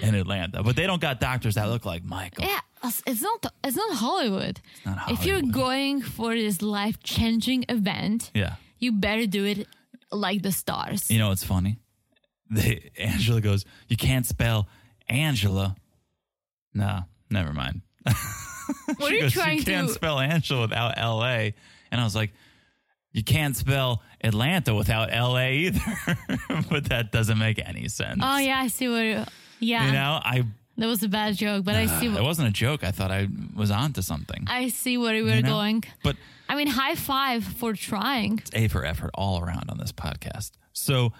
in Atlanta, but they don't got doctors that look like Michael. yeah, it's- it's not it's not Hollywood. not If you're Hollywood. going for this life changing event, Yeah. you better do it like the stars. You know what's funny? They, Angela goes, You can't spell Angela. Nah, never mind. what she are you goes, trying You can't to spell Angela without LA. And I was like, You can't spell Atlanta without LA either. but that doesn't make any sense. Oh yeah, I see what. you- Yeah, You know, I that was a bad joke, but I see. Ah, it What, wasn't a joke. I thought I was onto something. I see where we were you know? going. But I mean, high five for trying. it's A for effort all around on this podcast. So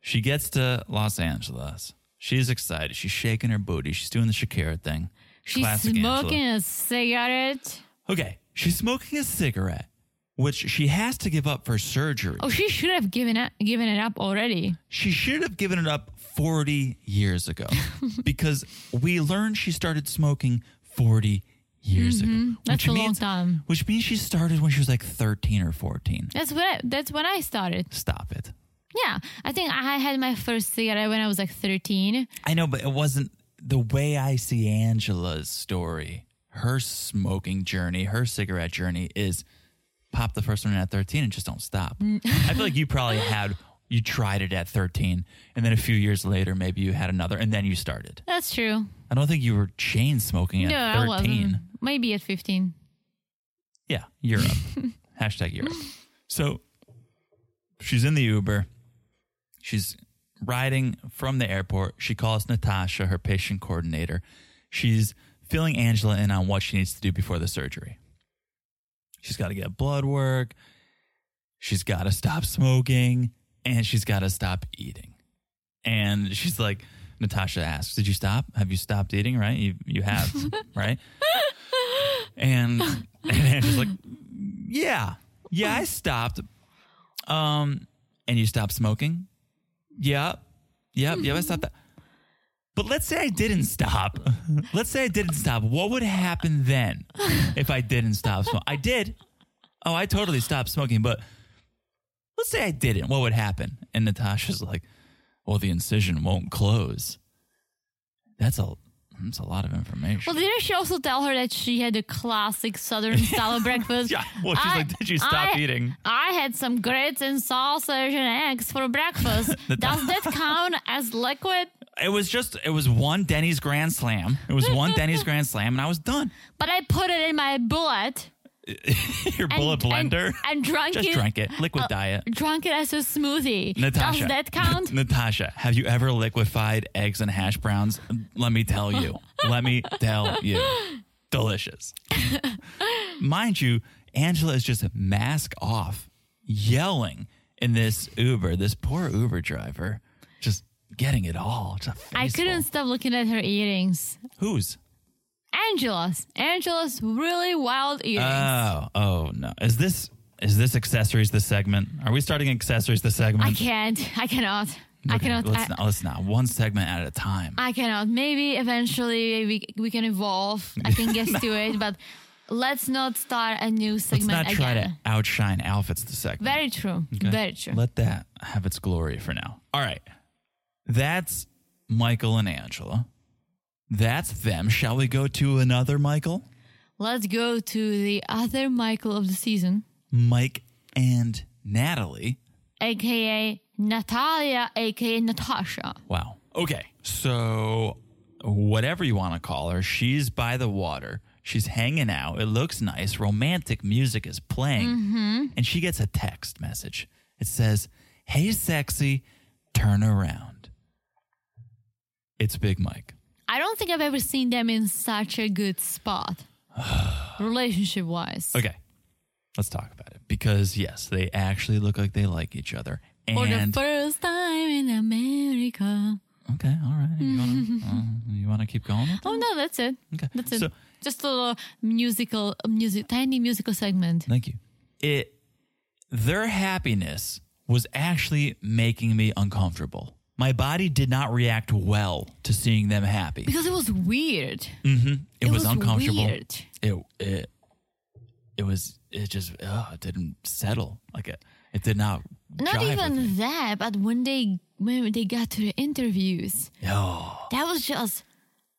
she gets to Los Angeles. She's excited. She's shaking her booty. She's doing the Shakira thing. She's Classic Angela. smoking a cigarette. Okay. She's smoking a cigarette, which she has to give up for surgery. Oh, she should have given it given it up already. She should have given it up 40 years ago because we learned she started smoking 40 years ago. Mm-hmm. That's which a long means- time. Which means she started when she was like 13 or 14. That's what. I, that's when I started. Stop it. Yeah, I think I had my first cigarette when I was like thirteen. I know, but it wasn't the way I see Angela's story. Her smoking journey, her cigarette journey is pop the first one at 13 and just don't stop. Mm. I feel like you probably had, you tried it at 13, and then a few years later, maybe you had another, and then you started. That's true. I don't think you were chain smoking at 13. no, I wasn't. Maybe at fifteen. Yeah, Europe. Hashtag Europe. So she's in the Uber. She's riding from the airport. She calls Natasha, her patient coordinator. She's filling Angela in on what she needs to do before the surgery. She's got to get blood work. She's got to stop smoking and she's got to stop eating. And she's like, Natasha asks, Did you stop? Have you stopped eating? Right? You, you have, right? And, and Angela's like, Yeah. Yeah, I stopped. Um, and you stopped smoking? Yep. Yep. Yep. I stopped that. But let's say I didn't stop. let's say I didn't stop. What would happen then if I didn't stop smoking? I did. Oh, I totally stopped smoking, but let's say I didn't. What would happen? And Natasha's like, well, the incision won't close. That's a that's a lot of information. Well, didn't she also tell her that she had a classic Southern style breakfast? yeah. Well, she's I- like, did you stop I- eating? I had some grits and sausage and eggs for breakfast. Does that count as liquid? It was just it was one Denny's Grand Slam. It was one Denny's Grand Slam, and I was done. But I put it in my bullet. your bullet and, blender. and, and drunk Just it. drank it. Liquid diet. Drunk it as a smoothie. Natasha. Does that count? Natasha, have you ever liquefied eggs and hash browns? Let me tell you. Let me tell you. Delicious. Mind you, Angela is just mask off, yelling in this Uber, this poor Uber driver, just getting it all. It's a I faceful. couldn't stop looking at her earrings. Whose? Angela's. Angela's really wild earrings. Oh, oh no. Is this is this accessories the segment? Are we starting accessories the segment? I can't. I cannot. I Okay, cannot. Let's, I, not, let's not. One segment at a time. I cannot. Maybe eventually we we can evolve. I can guess to it, but let's not start a new let's segment not try again. to outshine outfits the segment. Very true. Okay? Very true. Let that have its glory for now. All right. That's Michael and Angela. That's them. Shall we go to another Michael? Let's go to the other Michael of the season, Mike and Natalie. aka Natalia, aka Natasha. Wow. Okay. So, whatever you want to call her, she's by the water. She's hanging out. It looks nice. Romantic music is playing. And she gets a text message. It says, Hey, sexy, turn around. It's Big Mike. I don't think I've ever seen them in such a good spot, relationship wise. Okay. Let's talk about it because, yes, they actually look like they like each other. For the And, first time in America. okay, all right. You want to you wanna keep going? with it? Oh no, that's it. Okay. That's it. So- Just a little musical, music, tiny musical segment. Thank you. It their happiness was actually making me uncomfortable. My body did not react well to seeing them happy. Because it was weird. it, was, uncomfortable. Weird. It it it was it just ugh, it didn't settle like it it did not Not jive with me. even that, but when they when they got to the interviews, Oh. that was just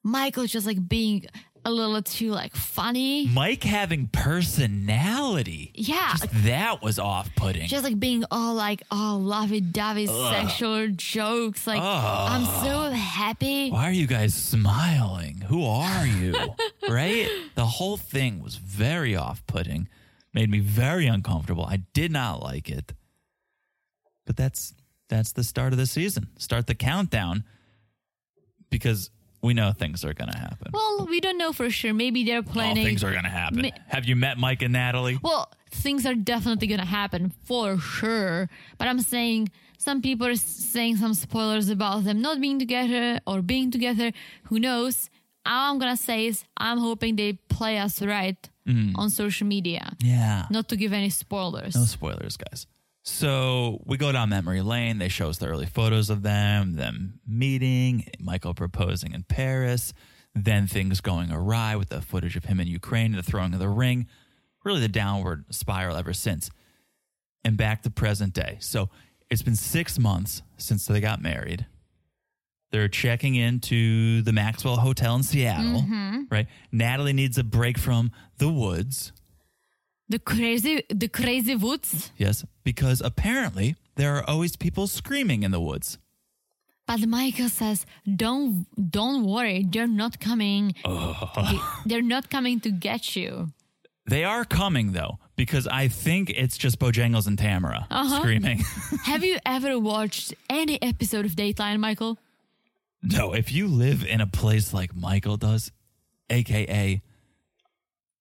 Michael just like being a little too like funny. Mike having personality. Yeah. Just that was off putting. Just like being all like all lovey dovey sexual jokes. Like I'm so happy. Why are you guys smiling? Who are you? right? The whole thing was very off putting, made me very uncomfortable. I did not like it. But that's that's the start of the season. Start the countdown because we know things are going to happen. Well, we don't know for sure. Maybe they're planning. All things are going to happen. Ma- Have you met Mike and Natalie? Well, things are definitely going to happen for sure. But I'm saying some people are s- saying some spoilers about them not being together or being together. Who knows? All I'm going to say is I'm hoping they play us right on social media, yeah. not to give any spoilers. No spoilers, guys. So we go down memory lane. They show us the early photos of them, them meeting, Michael proposing in Paris, then things going awry with the footage of him in Ukraine, the throwing of the ring, really the downward spiral ever since. And back to present day. So it's been six months since they got married. They're checking into the Maxwell Hotel in Seattle, right? Natalie needs a break from the woods. The crazy, the crazy woods. Yes, because apparently there are always people screaming in the woods. But Michael says, "Don't, don't worry. They're not coming. They're not coming to get you." They are coming though, because I think it's just Bojangles and Tamara screaming. Have you ever watched any episode of Dateline, Michael? no, if you live in a place like Michael does, aka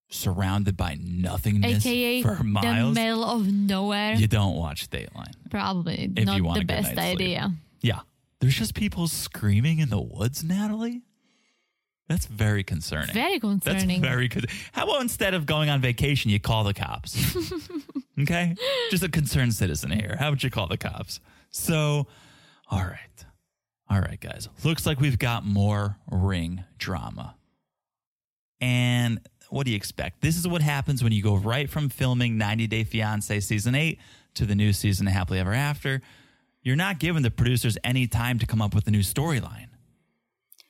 surrounded by nothingness aka for the miles, middle of nowhere. you don't watch Dateline. Probably If not you want the a good best night's sleep. idea. Yeah, there's just people screaming in the woods, Natalie. That's very concerning. Very concerning. That's very good. How about instead of going on vacation, you call the cops? okay? Just a concerned citizen here. How would you call the cops? So, all right. All right, guys. Looks like we've got more ring drama. And what do you expect? This is what happens when you go right from filming 90 Day Fiancé season 8 to the new season of Happily Ever After. You're not giving the producers any time to come up with a new storyline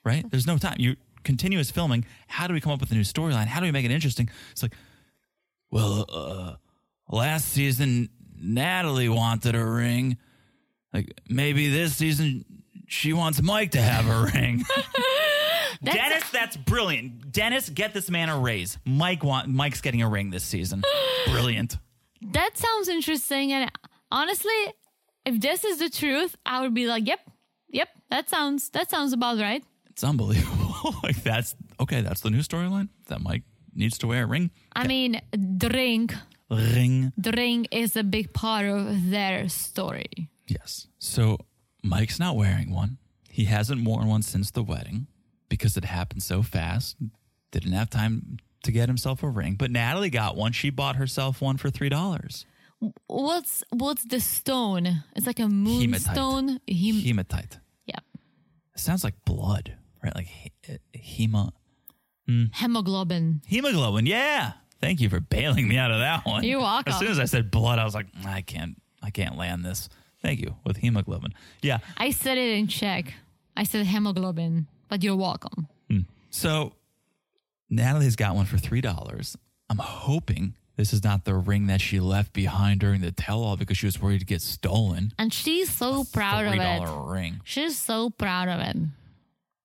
right? There's no time. You continuous filming. How do we come up with a new storyline? How do we make it interesting? It's like, well, uh, last season Natalie wanted a ring. Like maybe this season she wants Mike to have a ring. That's- Dennis, that's brilliant. Dennis, get this man a raise. Mike want Mike's getting a ring this season. Brilliant. That sounds interesting. And honestly, if this is the truth, I would be like, yep, yep, that sounds that sounds about right. It's unbelievable. like that's okay, that's the new storyline that Mike needs to wear a ring. I mean, the ring, Ring. the ring is a big part of their story. Yes. So Mike's not wearing one. He hasn't worn one since the wedding because it happened so fast. Didn't have time to get himself a ring. But Natalie got one. She bought herself one for three dollars. What's what's the stone? It's like a moonstone. Hem- Hematite. yeah, It sounds like blood, right? Like he- uh, hema hemoglobin. hemoglobin. Yeah. Thank you for bailing me out of that one. You're welcome. As soon as I said blood, I was like, I can't, I can't land this. Thank you with hemoglobin. Yeah. I said it in Czech. I said hemoglobin, but you're welcome. So Natalie's got one for three dollars. I'm hoping this is not the ring that she left behind during the tell-all because she was worried to get stolen. And she's so proud of Three it. dollar ring. She's so proud of it.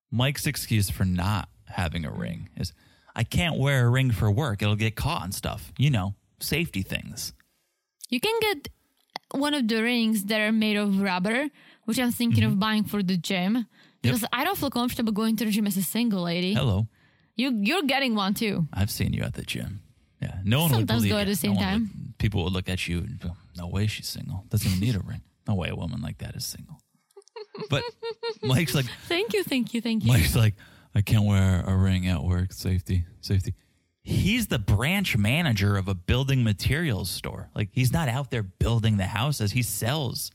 Mike's excuse for not having a ring is, I can't wear a ring for work. It'll get caught and stuff. You know, safety things. You can get one of the rings that are made of rubber, which I'm thinking Mm-hmm. of buying for the gym. Because I don't feel comfortable going to the gym as a single lady. Hello. You you're getting one too. I've seen you at the gym. Yeah, no one would Sometimes believe go at you. the same No one time. would- people would look at you and go, "No way, she's single. Doesn't even need a ring. No way, a woman like that is single." But Mike's like, Thank you, thank you, thank you. Mike's like, I can't wear a ring at work. Safety, safety. He's the branch manager of a building materials store. Like he's not out there building the houses. He sells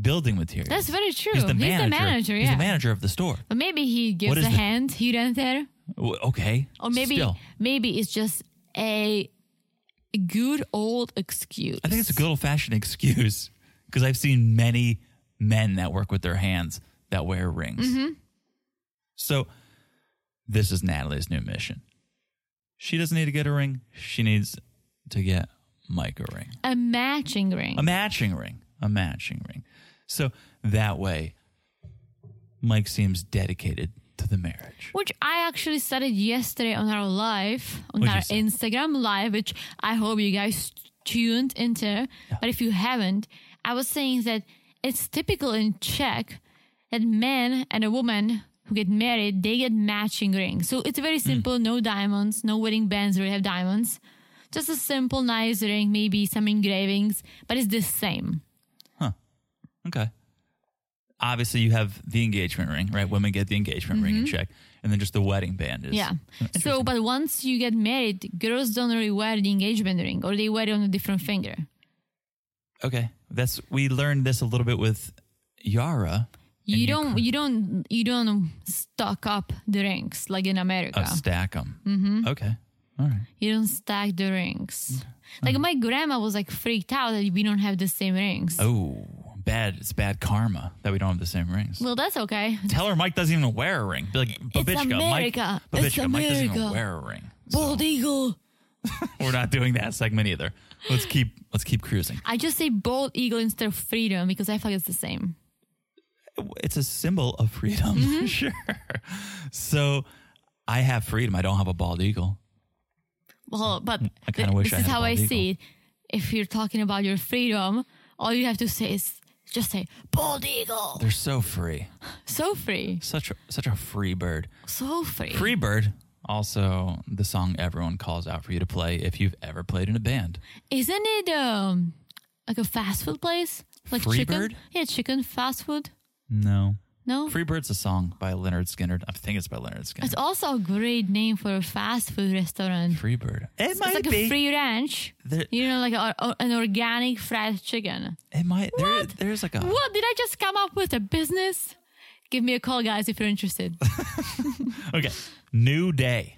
building materials. That's very true. He's the He's the manager. manager, He's yeah. the manager of the store. but maybe he gives a is the- hand here and there. W- Okay. Or maybe Still. maybe it's just a good old excuse. I think it's a good old fashioned excuse because I've seen many men that work with their hands that wear rings. Mm-hmm. So this is Natalie's new mission. She doesn't need to get a ring. She needs to get Mike a ring, a matching ring. a matching ring, a matching ring. So that way, Mike seems dedicated to the marriage. which I actually started yesterday on our live, on What'd you our say? Instagram live, which I hope you guys tuned into. But if you haven't, I was saying that it's typical in Czech that men and a woman who get married, they get matching rings. So it's Mm. very simple, no diamonds, no wedding bands really have diamonds. Just a simple, nice ring, maybe some engravings, but it's the same. Okay. Obviously, you have the engagement ring, right? Women get the engagement ring in check, and then just the wedding band is Mm-hmm. Yeah. So, but once you get married, girls don't really wear the engagement ring or they wear it on a different finger. Okay, that's we learned this a little bit with Yara You you don't, you don't, you don't stock up the rings like in America. of Stackham. Mm-hmm. Okay, all right. you don't stack the rings. Like Uh-huh. my grandma was like freaked out that we don't have the same rings. Oh, bad! It's bad karma that we don't have the same rings. Well, that's okay. Tell her Mike doesn't even wear a ring. Be like, Babichka, America. Mike, It's Babichka, Mike doesn't even America." wear a ring. Bald eagle. We're not doing that segment either. Let's keep let's keep cruising. I just say bald eagle instead of freedom because I feel like it's the same. It's a symbol of freedom, Mm-hmm. sure. So I have freedom. I don't have a bald eagle. Well, but Mm, I kinda th- wish this I is had how bald I eagle. see it. If you're talking about your freedom, all you have to say is just say bald eagle. They're so free. So free, Such a, such a free bird. so free. Freebird, also the song everyone calls out for you to play if you've ever played in a band. Isn't it um like a fast food place? Like Freebird? chicken? Yeah, chicken fast food. No. No, Freebird's a song by Leonard Skinner. I think it's by Leonard Skinner. it's also a great name for a fast food restaurant. Freebird. It It's like a free ranch. There- you know, like a, a- an organic fried chicken. it might. There, there's like a. What did I just come up with a business? Give me a call, guys, if you're interested. Okay. New day.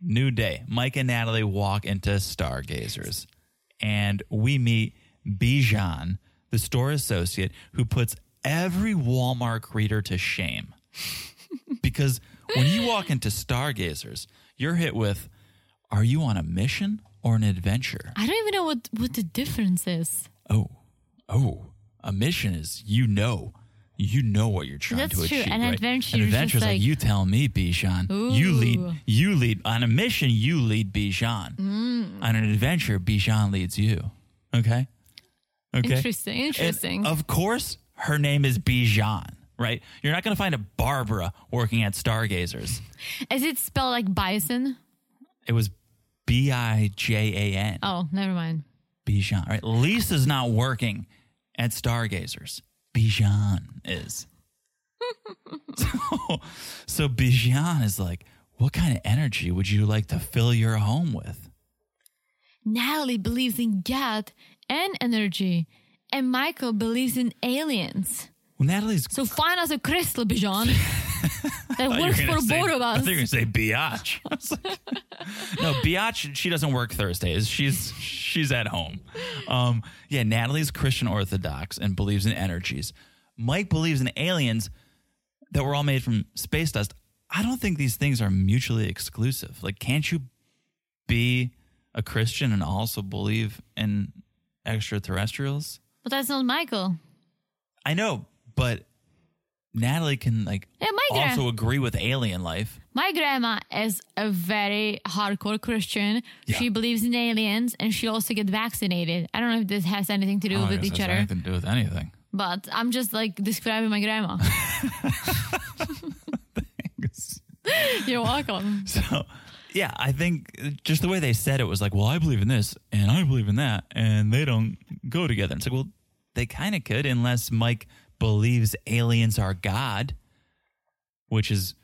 New day. Mike and Natalie walk into Stargazers, and we meet Bijan, the store associate who puts every Walmart reader to shame. because when you walk into Stargazers, you're hit with Are you on a mission or an adventure? I don't even know what what the difference is. Oh, oh, a mission is you know you know what you're trying That's to true. achieve. An right? adventure An is just adventure's like, like- you tell me, Bijan. You Ooh. lead. You lead on a mission. You lead Bijan. Mm. On an adventure, Bijan leads you. Okay. Okay. Interesting. And um, Interesting. of course, her name is Bijan. Right? You're not going to find a Barbara working at Stargazers. Is it spelled like bison? It was B I J A N. Oh, never mind. Bijan. Right? Lisa's not working at Stargazers. Bijan is. so, so Bijan is like, what kind of energy would you like to fill your home with? Natalie believes in God and energy, and Michael believes in aliens. Well, Natalie's. So find us a crystal, Bijan, that I thought you were works for Uh, gonna both say- of I us. think you're gonna say biatch. I was like- no, biatch. She doesn't work Thursdays. She's she's at home. Um, yeah, Natalie's Christian Orthodox and believes in energies. Mike believes in aliens that were all made from space dust. I don't think these things are mutually exclusive. Like, can't you be a Christian and also believe in extraterrestrials? But that's not Michael. I know, but Natalie can like Yeah, my grand- also agree with alien life. My grandma is a very hardcore Christian. She believes in aliens, and she also gets vaccinated. I don't know if this has anything to do Oh, I don't with guess each that's other, Anything to do with anything. but I'm just like describing my grandma. You're welcome. So, yeah, I think just the way they said it was like, well, I believe in this and I believe in that, and they don't go together. It's like, well, they kind of could, unless Mike believes aliens are God, which is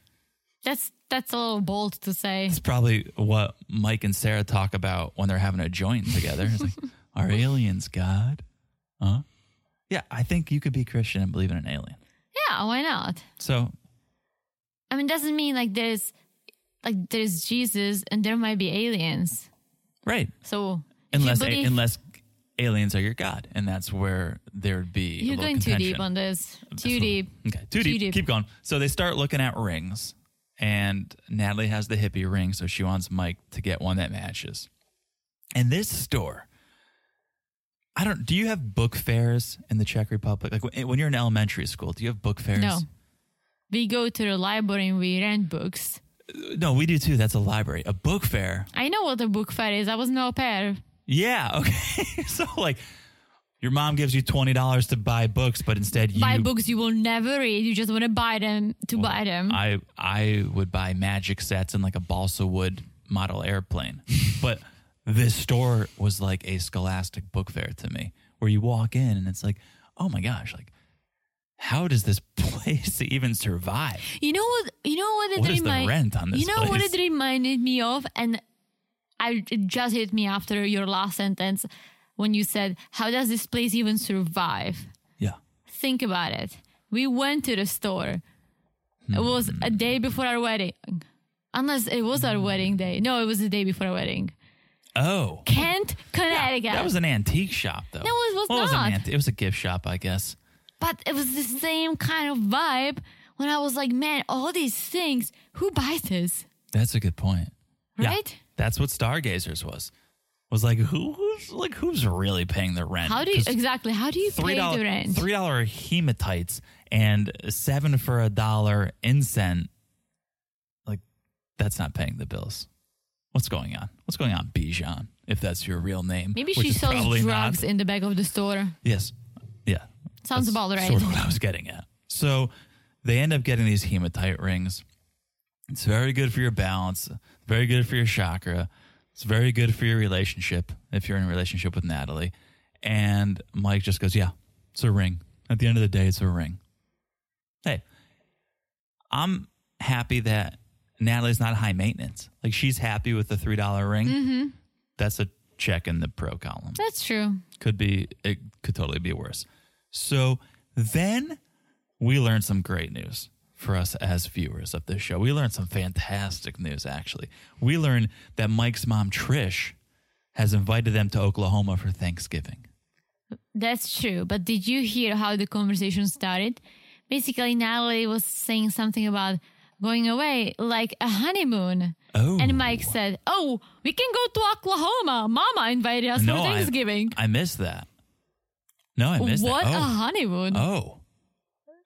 That's that's a little bold to say. it's probably what Mike and Sarah talk about when they're having a joint together. It's like, are aliens God? Huh? Yeah, I think you could be Christian and believe in an alien. Yeah, why not? So I mean, doesn't mean like there's like there's Jesus and there might be aliens. right, So if unless you believe, unless aliens are your god, and that's where there'd be a you're little going too contention. deep on this, That's too what- deep. Okay, too, deep. Keep going. So they start looking at rings, and Natalie has the hippie ring, so she wants Mike to get one that matches. And this store, I don't. Do you have book fairs in the Czech Republic? Like when when you're in elementary school, do you have book fairs? No, we go to the library and we rent books. no, we do too. That's a library. A book fair I know what a book fair is. I was no pair. Yeah. Okay. so like, your mom gives you twenty dollars to buy books, but instead you buy books you will never read. You just want to buy them to buy them. I I would buy magic sets and like a balsa wood model airplane, but this store was like a Scholastic book fair to me, where you walk in and it's like, oh my gosh, like. How does this place even survive? you know what? You know what? It What is the remind- rent on this You know what place? it reminded me of, and I it just hit me after your last sentence when you said, "How does this place even survive?" Yeah. Think about it. We went to the store. It was a Hmm. day before our wedding. Unless it was our wedding day. No, it was the day before our wedding. Oh. Kent, Connecticut. That was an antique shop, though. No, it was well, It was, an not. anti- it was a gift shop, I guess. but it was the same kind of vibe when I was like, man, all these things, who buys this? That's a good point. Yeah. Right? That's what Stargazers was. Was like who, who's like who's really paying the rent? How do you 'Cause exactly how do you three pay the dollar rent? three dollar hematites and seven for a dollar incense? Like that's not paying the bills. What's going on? What's going on, Bijan? If that's your real name, Maybe which she is sells probably not. drugs in the back of the store. Yes, yeah, Sounds that's about right. Sort of what I was getting at. So they end up getting these hematite rings. It's very good for your balance, very good for your chakra. It's very good for your relationship if you're in a relationship with Natalie. And Mike just goes, Yeah, it's a ring. At the end of the day, it's a ring. Hey, I'm happy that Natalie's not high maintenance. Like she's happy with the $3 ring. Mm-hmm. That's a check in the pro column That's true. could be it could totally be worse. So then we learned some great news for us as viewers of this show. We learned some fantastic news actually. We learned that Mike's mom Trish has invited them to Oklahoma for Thanksgiving. That's true. But did you hear how the conversation started? Basically, Natalie was saying something about going away like a honeymoon. Oh. And Mike said, Oh, we can go to Oklahoma. Mama invited us for I- Thanksgiving. I, missed that. Oh. No, I missed what a that. honeymoon. Oh. oh.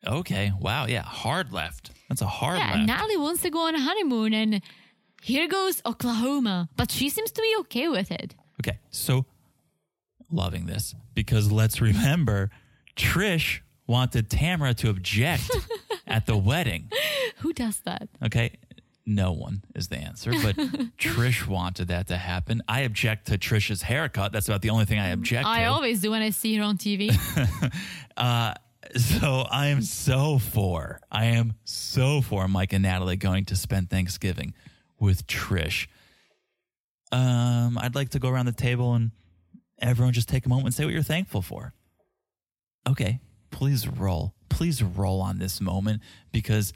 Okay. Wow. Yeah. Hard left. That's a hard Yeah, left. Natalie wants to go on a honeymoon, and here goes Oklahoma. But she seems to be okay with it. okay. So loving this because let's remember Trish wanted Tamara to object at the wedding. Who does that? Okay. No one is the answer, but Trish wanted that to happen. I object to Trish's haircut. That's about the only thing I object I to. always do when I see her on TV. Uh, So I am so for. I am so for Mike and Natalie going to spend Thanksgiving with Trish. Um, I'd like to go around the table and everyone just take a moment and say what you're thankful for. Okay, please roll. Please roll on this moment because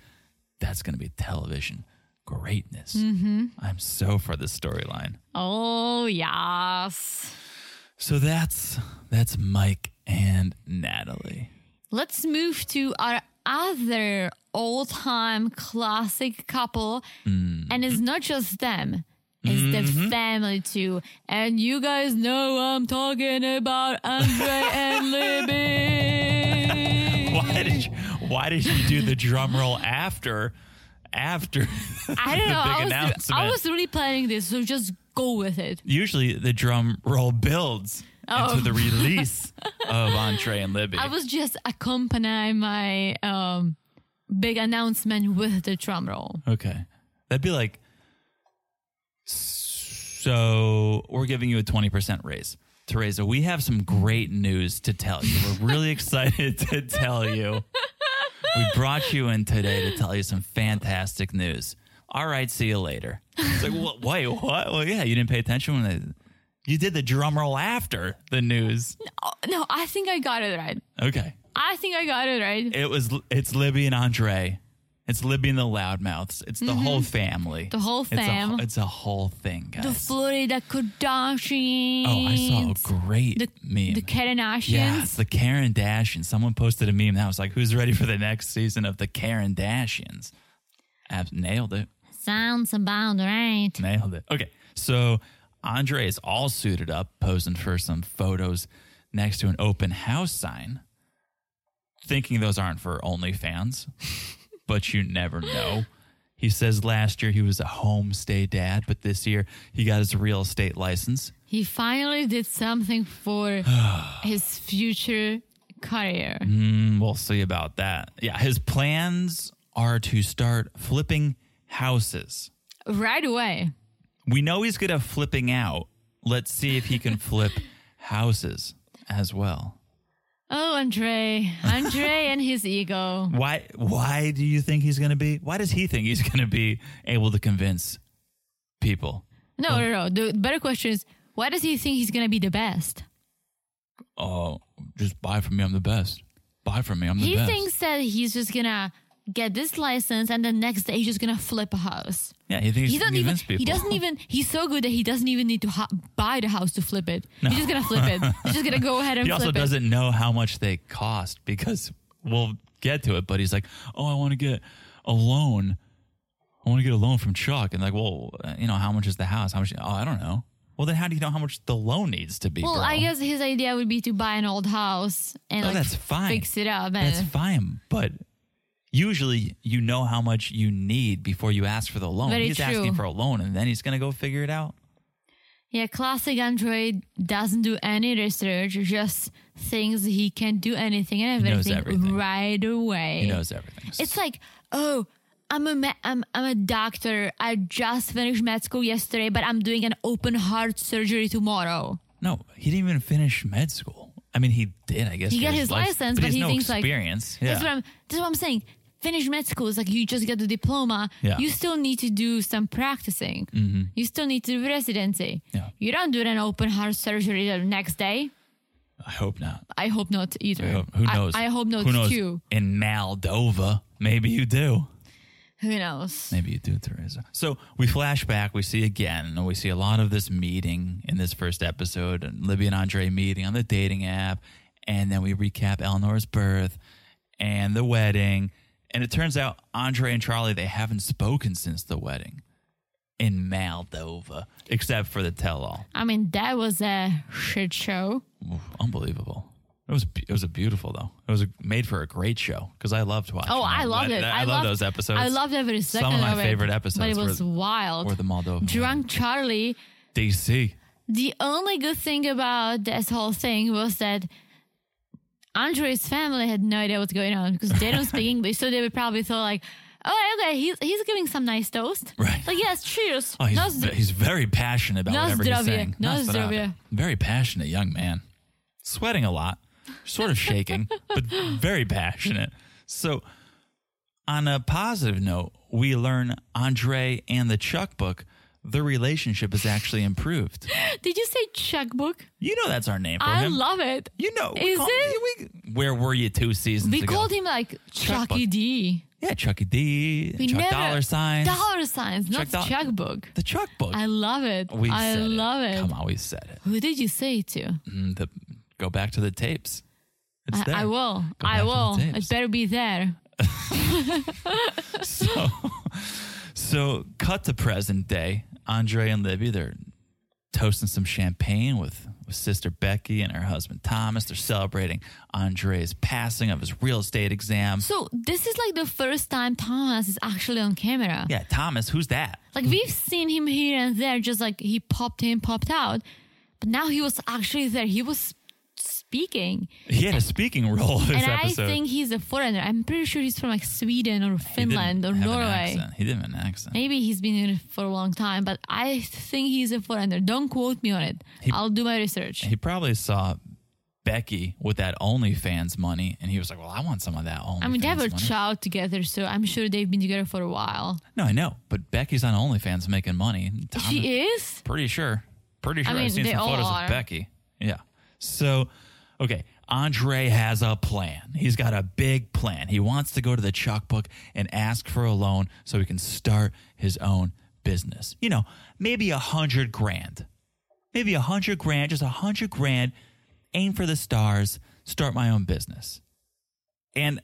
that's going to be television greatness. I'm so for this storyline. oh, yes. So that's that's Mike and Natalie. Let's move to our other all time classic couple. Mm. And it's not just them, it's Mm-hmm. the family too. And you guys know I'm talking about Andre and Libby. Why did you, why did you do the drum roll after after I don't know. the big I was, announcement? I was really planning this, so just go with it. Usually the drum roll builds Oh. into the release of Entree and Libby. I was just accompanying my um, big announcement with the drum roll. okay. That'd be like so we're giving you a 20% raise. Teresa, we have some great news to tell you. We're really excited to tell you. We brought you in today to tell you some fantastic news. All right, see you later. It's like, what, wait, what? Well, yeah, you didn't pay attention when I, you did the drum roll after the news. Oh, no, I think I got it right. Okay, I think I got it right. it was it's Libby and Andre. It's Libby and the Loudmouths. It's the whole family. Mm-hmm. The whole It's a- fam. It's a, whole thing, guys. The Florida Kardashians. oh, I saw a great the, meme. the Kardashians. Yes, the Karen Dashians. Someone posted a meme that was like, "Who's ready for the next season of the Karen Dashians?" Ab- nailed it. Sounds about right. Nailed it. Okay, so Andre is all suited up, posing for some photos next to an open house sign, thinking those aren't for OnlyFans, but you never know. He says last year he was a homestay dad, but this year he got his real estate license. He finally did something for his future career. Mm, we'll see about that. Yeah, his plans are to start flipping houses. Right away. We know he's good at flipping out. Let's see if he can flip houses as well. Oh, Andre. Andre and his ego. Why? Why do you think he's going to be? Why does he think he's going to be able to convince people? No, no, no. The better question is why does he think he's going to be the best? Oh, just buy from me. I'm the best. Buy from me. I'm the He best. thinks that he's just going to get this license and the next day he's just going to flip a house. yeah, he thinks he He can doesn't even convince people. he doesn't even he's so good that he doesn't even need to ha- buy the house to flip it. He's just going to flip it. He's just going to go ahead and He flip also it. doesn't know how much they cost because we'll get to it. But he's like, oh, I want to get a loan. I want to get a loan from Chuck. And like, well, you know, how much is the house? How much? Oh, I don't know. Well, then how do you know how much the loan needs to be? well, bro? I guess his idea would be to buy an old house and Oh, like that's fine. fix it up and That's fine, but usually you know how much you need before you ask for the loan. Very he's true. asking for a loan, and then he's going to go figure it out. yeah, classic Android doesn't do any research, just thinks he can do anything and He knows everything, everything. right away. He knows everything. Eh, It's like, oh, I'm a ma- I'm, I'm a doctor. I just finished med school yesterday, but I'm doing an open heart surgery tomorrow. no, he didn't even finish med school. I mean, he did, I guess. He for got his life- license, but, but he has he no thinks, like, experience. That's what yeah. I'm. That's what I'm saying. Finish med school is like you just get the diploma. Yeah. Mm-hmm. You still need to do some practicing. You still need to do residency. Yeah. You don't do an open heart surgery the next day. I hope not. I hope not either. I hope, who I- knows? I, hope not Who knows? too. In Moldova, maybe you do. Who knows? Maybe you do, Teresa. So we flash back, we see again, and we see a lot of this meeting in this first episode, and Libby and Andre meeting on the dating app, and then we recap Eleanor's birth and the wedding. And it turns out Andre and Charlie, they haven't spoken since the wedding in Moldova, except for the tell all. I mean, that was a shit show. Unbelievable. It was it was a beautiful though. It was a, made for a great show because I loved watching. Oh, that. I loved it. I, love loved, those episodes. I loved every second Some of my it, favorite episodes. But it was were, wild. were the Moldova Drunk Charlie. DC. The only good thing about this whole thing was that Andre's family had no idea what's going on because they don't speak English, so they would probably thought like, "Oh, okay, he's he's giving some nice toast." Right. Like, yes, cheers. Oh, he's, Nozdr- he's very passionate about whatever he's Nozdravje. saying. Nozdravje. Very passionate young man. Sweating a lot, sort of shaking, but very passionate. So, on a positive note, we learn Andre and the Chuck book, their relationship is actually improved. Did you say checkbook? You know that's our name for I him. love it. you know. we Is call- it? we- where were you two seasons We ago? called him like Checkbook. Chucky D. Yeah, Chucky D, We Chuck never Dollar Signs. Dollar signs, not Chuck Doll- checkbook. the Chuck book. I love it. we I said love it. Come on, we said it. Who did you say it to? Mm, the, go back to the tapes. It's there. I, I will. Go back to I the will. It tapes. better be there. So, so cut to present day. Andre and Libby, they're toasting some champagne with, with sister Becky and her husband Thomas. They're celebrating Andre's passing of his real estate exam. So this is like the first time Thomas is actually on camera. Yeah, Thomas, who's that? Like we've seen him here and there, just like he popped in, popped out. But now he was actually there. He was speaking. He had a speaking role this and episode. I think he's a foreigner. I'm pretty sure he's from like Sweden or He didn't Finland or have an Norway. accent. He didn't have an accent. Maybe he's been here for a long time, but I think he's a foreigner. Don't quote me on it. I'll do my research. He probably saw Becky with that OnlyFans money, and he was like, "Well, I want some of that OnlyFans." I mean, they were money. child together, so I'm sure they've been together for a while. No, I know, but Becky's on OnlyFans making money. Tom, She is? pretty sure. Pretty sure I mean, have seen they some all photos are. of Becky. Yeah. So, okay, Andre has a plan. He's got a big plan. He wants to go to the chalk book and ask for a loan so he can start his own business. You know, maybe a hundred grand. Maybe a hundred grand, just a hundred grand. Aim for the stars, start my own business. And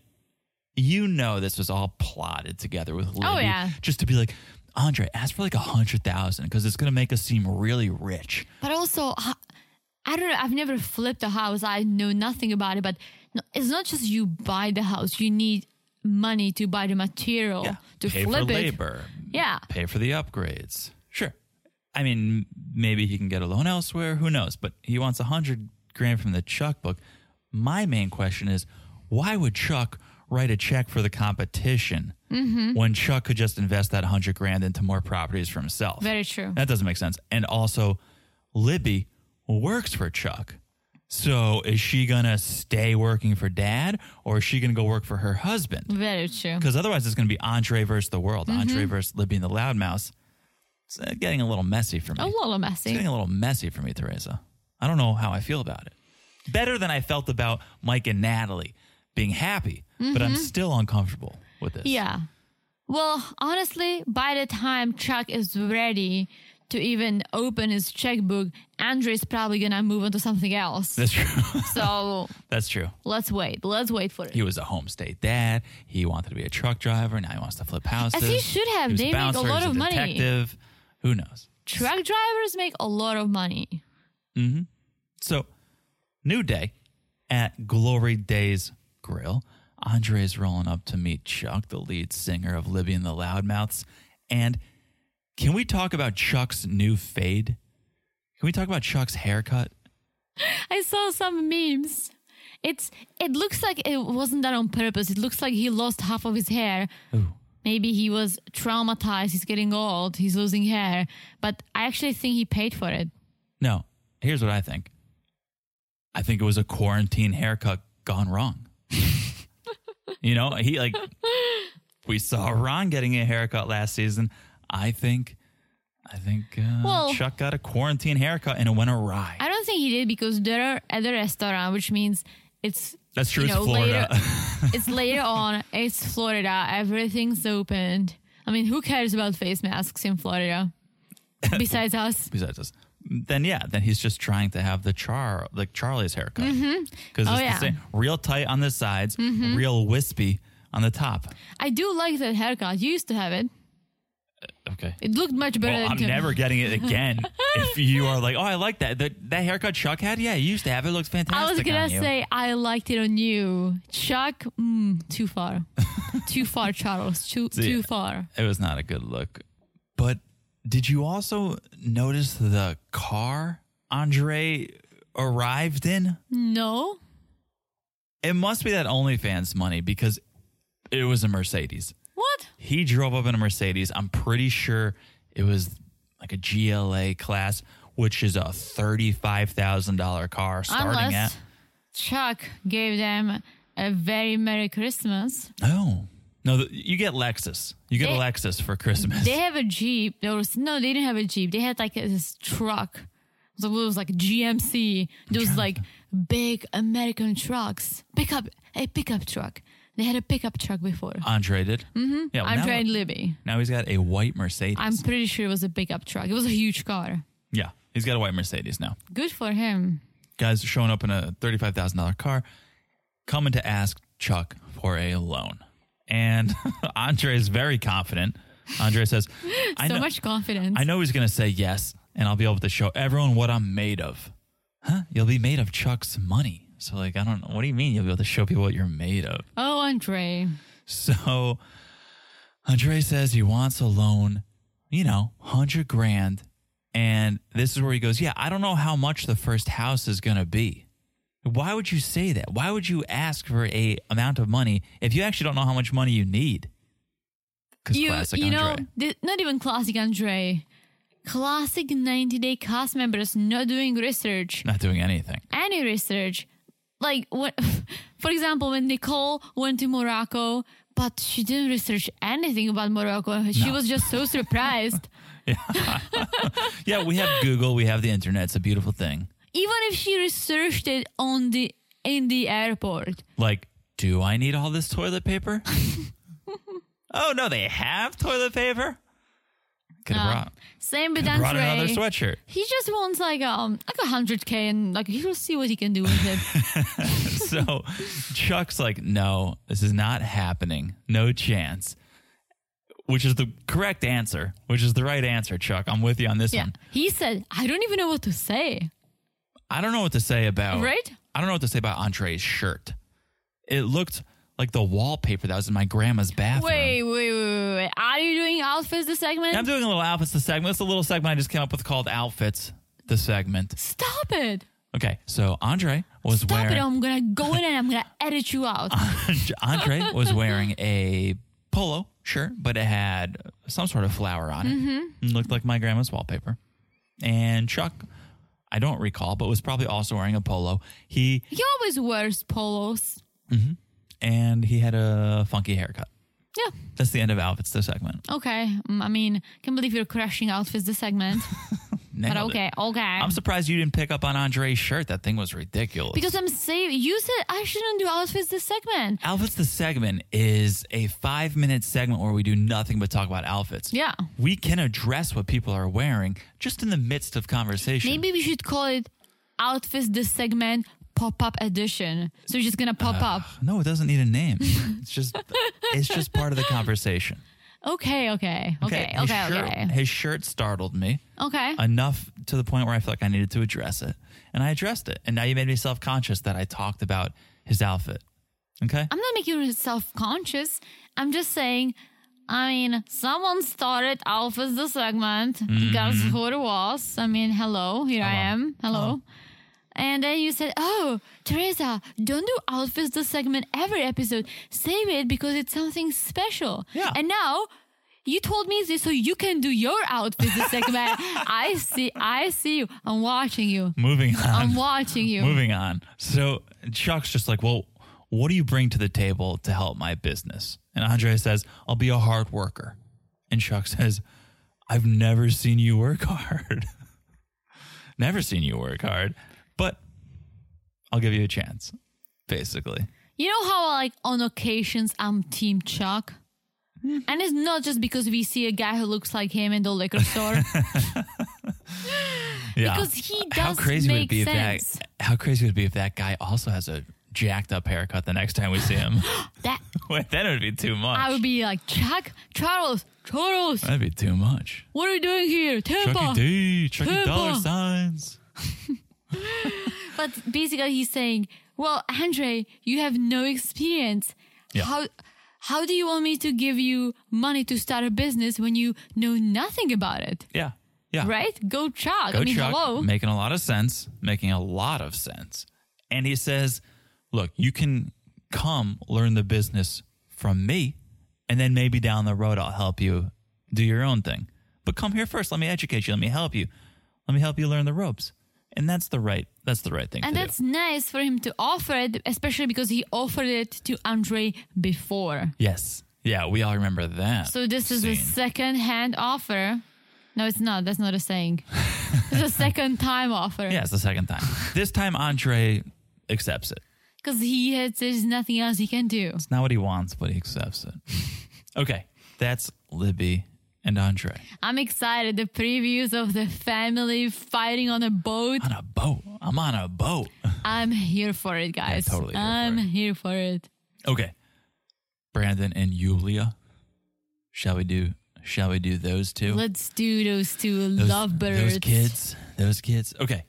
you know this was all plotted together with Libby yeah. just to be like, Andre, ask for like a hundred thousand because it's gonna make us seem really rich. But also, h- I don't know. I've never flipped a house. I know nothing about it. But no, it's not just you buy the house. You need money to buy the material to pay flip for it. labor, Yeah. pay for the upgrades. Sure, I mean maybe he can get a loan elsewhere. Who knows? But he wants a hundred grand from the Chuck book. My main question is, why would Chuck write a check for the competition Mm-hmm. when Chuck could just invest that hundred grand into more properties for himself? Very true. That doesn't make sense. And also, Libby works for Chuck. So is she going to stay working for dad or is she going to go work for her husband? Very true. Because otherwise, it's going to be Andre versus the world, Andre Mm-hmm. versus Libby and the Loudmouse. It's uh, getting a little messy for me. A little It's messy. getting a little messy for me, Teresa. I don't know how I feel about it. Better than I felt about Mike and Natalie being happy, but I'm still uncomfortable with this. Mm-hmm. Yeah. Well, honestly, by the time Chuck is ready to even open his checkbook, Andre's probably gonna move on to something else. That's true. So That's true. let's wait. Let's wait for it. He was a homestate dad. He wanted to be a truck driver. Now he wants to flip houses. As he should He have. was They make a bouncer. lot He's of money. Detective. Who knows? Truck drivers make a lot of money. So, new day at Glory Days Grill. Andre's rolling up to meet Chuck, the lead singer of Libby and the Loudmouths. And can we talk about Chuck's new fade? Can we talk about Chuck's haircut? I saw some memes. It's it looks like it wasn't done on purpose. It looks like he lost half of his hair. Maybe he was traumatized. He's getting old. He's losing hair. But I actually think he paid for it. No, here's what I think I think it was a quarantine haircut gone wrong. you know, he like, we saw Ron getting a haircut last season. I think. I think uh, Well- Chuck got a quarantine haircut and it went awry. I don't think he did because they're at the restaurant, which means it's That's true. you know, it's Florida. Later, it's later on. It's Florida. Everything's opened. I mean, who cares about face masks in Florida? Besides us, Besides us, then yeah, then he's just trying to have the char like Charlie's haircut because it's Oh, the yeah. Mm-hmm. same, real tight on the sides, real wispy on the top. I do like that haircut. You used to have it. Okay. It looked much better Well, than I'm to- never getting it again. if you are like, oh, I like that. that that haircut Chuck had, yeah, you used to have it. Looks fantastic. I was gonna on you. say I liked it on you, Chuck. Mm, too far, too far, Charles. Too See, too far. it was not a good look. But did you also notice the car Andre arrived in? No, It must be that OnlyFans money because it was a Mercedes. what? He drove up in a Mercedes. I'm pretty sure it was like a GLA class, which is a $35,000 car starting Unless at. Chuck gave them a very merry Christmas. Oh. No, th- you get Lexus. You get a They- Lexus for Christmas. They have a jeep. There was no, they didn't have a jeep. They had like this truck. So it was like GMC. Those like big American trucks. Pickup a pickup truck. They had a pickup truck before. Andre did. Mm-hmm. Yeah, well, I'm now, trying Libby. now he's got a white Mercedes. I'm pretty sure it was a pickup truck. It was a huge car. yeah, he's got a white Mercedes now. Good for him. Guys showing up in a $35,000 car, coming to ask Chuck for a loan. And Andre is very confident. Andre says, I so know, much confidence. I know he's going to say yes, and I'll be able to show everyone what I'm made of. Huh? You'll be made of Chuck's money. So, like, I don't know. What do you mean you'll be able to show people what you're made of? Oh, Andre. So Andre says he wants a loan, you know, 100 grand. And this is where he goes, Yeah, I don't know how much the first house is going to be. Why would you say that? Why would you ask for a amount of money if you actually don't know how much money you need? Because You, classic you know, Andre. th- not even classic Andre. Classic 90 day cast members not doing research. Not doing anything. any research. Like what for example, when Nicole went to Morocco, but she didn't research anything about Morocco. She was just so surprised. Yeah, we have Google, we have the internet. It's a beautiful thing. Even if she researched it on the in the airport. Like, do I need all this toilet paper? oh, no, they have toilet paper? Could Uh, have brought. Same with brought another Andre. sweatshirt. He just wants like um like a hundred K and like he will see what he can do with it. So Chuck's like, no, this is not happening. No chance. Which is the correct answer, which is the right answer, Chuck. I'm with you on this yeah. one. He said, I don't even know what to say. I don't know what to say about. Right? I don't know what to say about Andre's shirt. It looked like the wallpaper that was in my grandma's bathroom. Wait, wait, wait, wait, wait. Are you doing outfits this segment? I'm doing a little outfits this segment. It's a little segment I just came up with called Outfits, the segment. Stop it. Okay, so Andre was Stop wearing. it. I'm gonna go in and I'm gonna edit you out. Andre was wearing a polo shirt, but it had some sort of flower on it. Mm-hmm. It looked like my grandma's wallpaper. And Chuck, I don't recall, but was probably also wearing a polo. He He always wears polos. and he had a funky haircut. Yeah. That's the end of outfits this segment. Okay. Mm, I mean, can't believe you're crashing outfits this segment. but Nailed it. okay, okay. I'm surprised you didn't pick up on Andre's shirt. That thing was ridiculous. because I'm saying you said I shouldn't do outfits this segment. Outfits the segment is a five minute segment where we do nothing but talk about outfits. Yeah. We can address what people are wearing just in the midst of conversation. Maybe we should call it outfits this segment pop up edition. So you're just gonna pop up. No, it doesn't need a name. It's just it's just part of the conversation. Okay, okay, okay, his okay, shirt, okay. His shirt startled me Okay. enough to the point where I felt like I needed to address it, and I addressed it. And now you made me self conscious that I talked about his outfit. Okay, I'm not making you self conscious. I'm just saying, I mean, someone started Alpha's the segment. Guess who it was? I mean, Mm-hmm. hello, here I am. Hello. And then you said, "Oh, Teresa, don't do outfits the segment every episode. Save it because it's something special." Yeah. And now you told me this, so you can do your outfits the segment. I see, I see you. I'm watching you. moving on. I'm watching you. Moving on. So Chuck's just like, well, what do you bring to the table to help my business? And Andre says, I'll be a hard worker. And Chuck says, I've never seen you work hard. never seen you work hard, but I'll give you a chance, basically. You know how like on occasions I'm team Chuck? And it's not just because we see a guy who looks like him in the liquor store. Yeah. Because he how does crazy would it make be sense. if that how crazy would it be if that guy also has a jacked up haircut the next time we see him? that Wait, then it would be too much. I would be like, Chuck, Charles, Charles, That'd be too much. what are you doing here? Tampa. Chucky D, Chucky Pimpa. E. dollar signs. But basically, he's saying, "Well, Andre, you have no experience. Yeah. How how do you want me to give you money to start a business when you know nothing about it? Yeah, yeah. Right? Go Chuck. Ah. Go I mean, Chuck, hello. making a lot of sense, making a lot of sense. And he says, "Look, you can come learn the business from me, and then maybe down the road I'll help you do your own thing. But come here first. Let me educate you. Let me help you. Let me help you learn the ropes." And that's the right. That's the right thing and to that's do. nice for him to offer it, especially because he offered it to Andre before. Yes. Yeah, we all remember that. So this is a scene. second hand offer. No, it's not. That's not a saying. it's a second time offer. Yeah, it's the second time. this time Andre accepts it. Because he has there's nothing else he can do. It's not what he wants, but he accepts it. okay, that's Libby and Andre I'm excited. The previews of the family fighting on a boat. on a boat. I'm on a boat. I'm here for it, guys. totally here for I'm it. here for it. Okay, Brandon and Yulia. Shall we do? Shall we do those 2 Let's do those two those, lovebirds. Those kids. Those kids. Okay,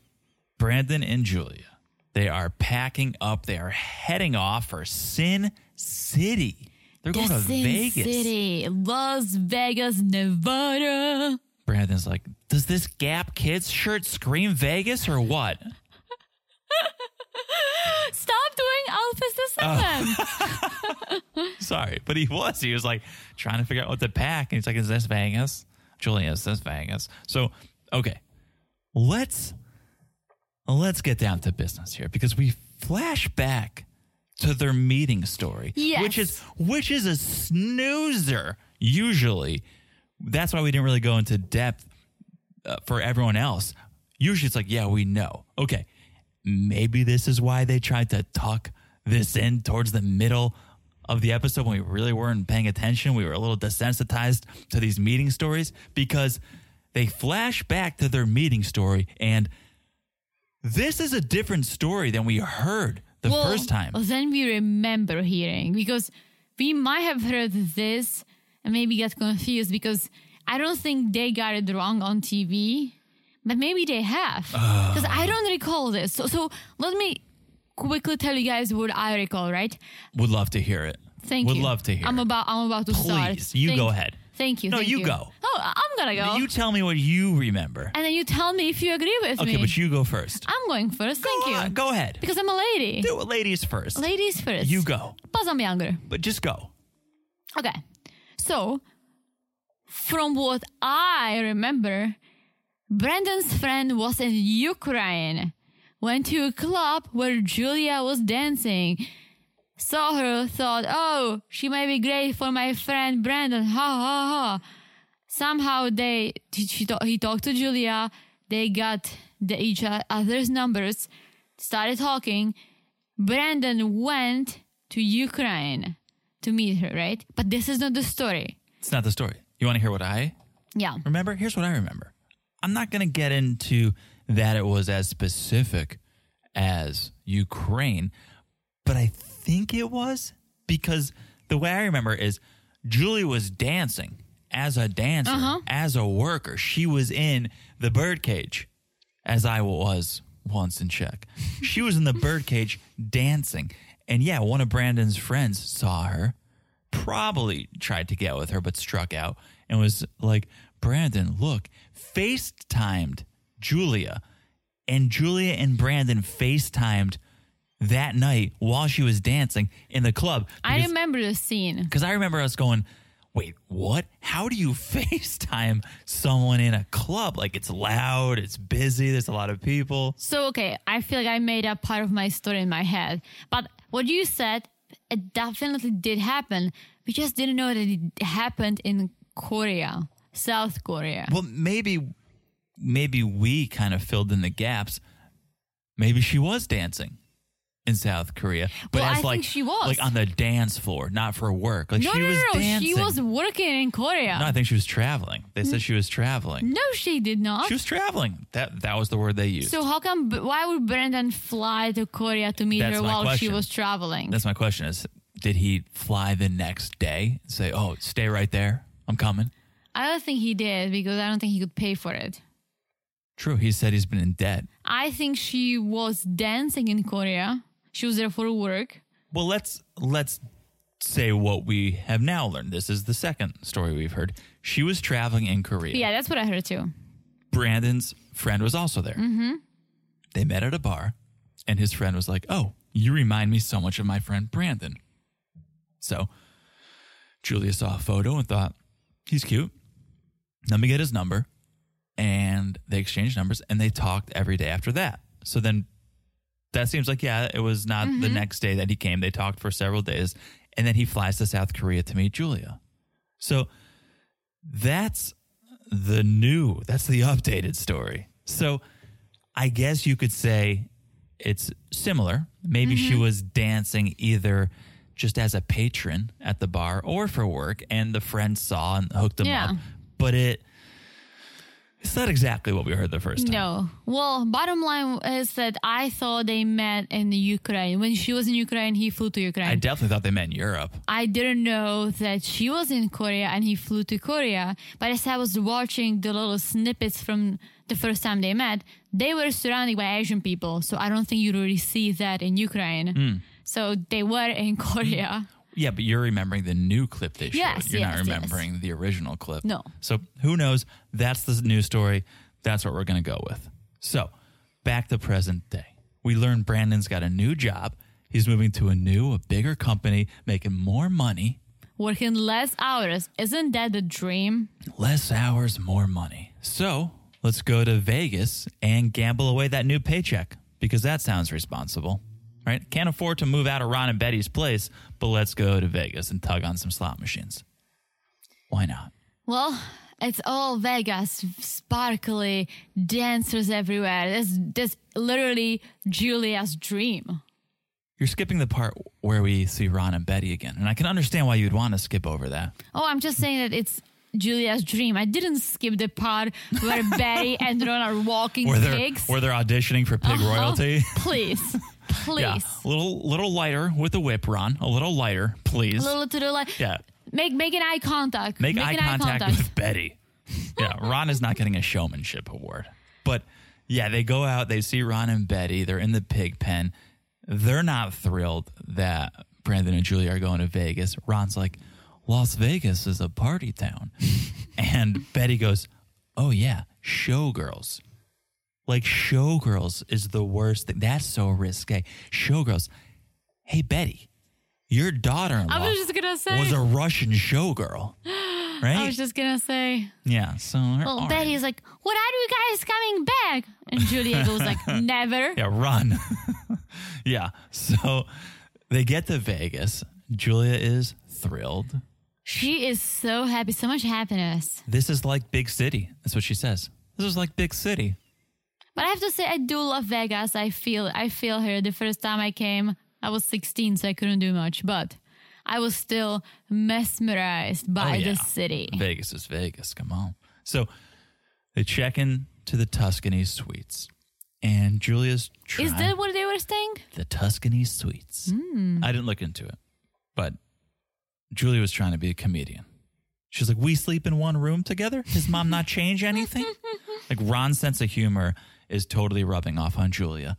Brandon and Julia. They are packing up. They are heading off for Sin City. They're The going to Sin Vegas. City, Las Vegas, Nevada. Brandon's like, does this Gap Kids shirt scream Vegas or what? Stop doing outfits to someone. Sorry, but he was. He was like trying to figure out what to pack. And he's like, is this Vegas? Julia, is this Vegas? So, okay, let's let's get down to business here because we flash back to their meeting story, Yes. which is which is a snoozer usually. That's why we didn't really go into depth uh, for everyone else. Usually it's like, yeah, we know. Okay. Maybe this is why they tried to tuck this in towards the middle of the episode when we really weren't paying attention. We were a little desensitized to these meeting stories because they flash back to their meeting story and this is a different story than we heard the Well, first time. Then we remember hearing because we might have heard this and maybe get confused because I don't think they got it wrong on TV, but maybe they have Ah. because I don't recall this. So, so let me quickly tell you guys what I recall. Right? Would love to hear it. Thank Would you. love to hear I'm it. about. I'm about to start. Please, you Thank- go ahead. Thank you. No, thank you go. Oh, I'm gonna go. You tell me what you remember. and then you tell me if you agree with Okay, me. but you go first. I'm going first. thank go you. on, go ahead. Because I'm a lady. Do it ladies first. Ladies first. You go. Plus, I'm younger. But just go. Okay. So, from what I remember, Brandon's friend was in Ukraine, went to a club where Julia was dancing, saw her, thought, oh, she might be great for my friend Brandon. Ha ha ha. Somehow they, she, ta- he talked to Julia, they got the, each other's numbers, started talking. Brandon went to Ukraine to meet her, right? But this is not the story. It's not the story. You want to hear what I Yeah. remember? Here's what I remember. I'm not going to get into that it was as specific as Ukraine, but I think it was because the way I remember is Julie was dancing as a dancer, as a worker. She was in the birdcage, as I was once in Czech. She was in the birdcage dancing. And yeah, one of Brandon's friends saw her, probably tried to get with her, but struck out and was like, Brandon, look, FaceTimed Julia. And Julia and Brandon FaceTimed that night while she was dancing in the club. I because- remember the scene. because I remember us going, wait, what? How do you FaceTime someone in a club? Like it's loud, it's busy, there's a lot of people. So, okay, I feel like I made up part of my story in my head. But what you said, it definitely did happen. We just didn't know that it happened in Korea, South Korea. Well, maybe maybe we kind of filled in the gaps. Maybe she was dancing in South Korea. But Well, I as think like she was. like on the dance floor, not for work. Like no, she no, was no, no. dancing. She was working in Korea. No, I think she was traveling. They said she was traveling. no, she did not. She was traveling. That that was the word they used. so how come? Why would Brandon fly to Korea to meet That's her my while she question. was traveling? That's my question is Did he fly the next day and say, "Oh, stay right there, I'm coming"? I don't think he did because I don't think he could pay for it. True, he said he's been in debt. I think she was dancing in Korea. She was there for work. Well, let's let's say what we have now learned. This is the second story we've heard. She was traveling in Korea. Yeah, that's what I heard too. Brandon's friend was also there. Mm-hmm. They met at a bar, and his friend was like, "Oh, you remind me so much of my friend Brandon." So Julia saw a photo and thought, "He's cute. Let me get his number." And they exchanged numbers, and they talked every day after that. So then, that seems like yeah, it was not the next day that he came. They talked for several days, and then he flies to South Korea to meet Julia. So that's the new, that's the updated story. So I guess you could say it's similar. Maybe she was dancing either just as a patron at the bar or for work, and the friend saw and hooked them Yeah. up. But it, it's not exactly what we heard the first time. No. Well, bottom line is that I thought they met in Ukraine. When she was in Ukraine, he flew to Ukraine. I definitely thought they meant Europe. I didn't know that she was in Korea and he flew to Korea. But as I was watching the little snippets from the first time they met, they were surrounded by Asian people. So I don't think you really see that in Ukraine. So they were in Korea. Yeah, but you're remembering the new clip they showed. Yes, you're not yes, yes. remembering the original clip. No. So who knows? That's the new story. That's what we're going to go with. So back to present day. We learn Brandon's got a new job. He's moving to a new, a bigger company, making more money, Working less hours. Isn't that the dream? less hours, more money. So let's go to Vegas and gamble away that new paycheck because that sounds responsible, right? Can't afford to move out of Ron and Betty's place, but let's go to Vegas and tug on some slot machines. Why not? Well, it's all Vegas, sparkly, dancers everywhere. That's that's literally Julia's dream. You're skipping the part where we see Ron and Betty again, and I can understand why you'd want to skip over that. Oh, I'm just saying that it's Julia's dream. I didn't skip the part where Betty and Ron are walking Where they're pigs. where they're auditioning for pig Oh, royalty. please, please, Yeah, a little little lighter with the whip, Ron. A little lighter, a please. little to the left. yeah, Make make an eye contact. make, eye, an contact, with Betty. Yeah, Ron is not getting a showmanship award, but yeah, they go out, they see Ron and Betty, they're in the pig pen. They're not thrilled that Brandon and Julia are going to Vegas. Ron's like, Las Vegas is a party town, and Betty goes, Oh yeah, showgirls. Like showgirls is the worst thing. That's so risque. Showgirls. Hey Betty, your daughter-in-law I was just gonna say. was a Russian showgirl, I right? was just gonna say. yeah. So her Well, arm- Betty's like, "When are you guys coming back?" And Julia goes like, "Never." yeah, run. yeah. So they get to Vegas. Julia is thrilled. She is so happy, so much happiness. This is like big city. That's what she says. This is like big city. But I have to say, I do love Vegas. I feel, I feel her. The first time I came, I was 16, so I couldn't do much, but I was still mesmerized by Oh, yeah. the city. Vegas is Vegas. Come on. So they check in to the Tuscany Suites, and Julia's trying Is that what they were saying? the Tuscany Suites. I didn't look into it, but Julia was trying to be a comedian. She's like, "We sleep in one room together. Does mom not change anything?" like Ron's sense of humor is totally rubbing off on Julia,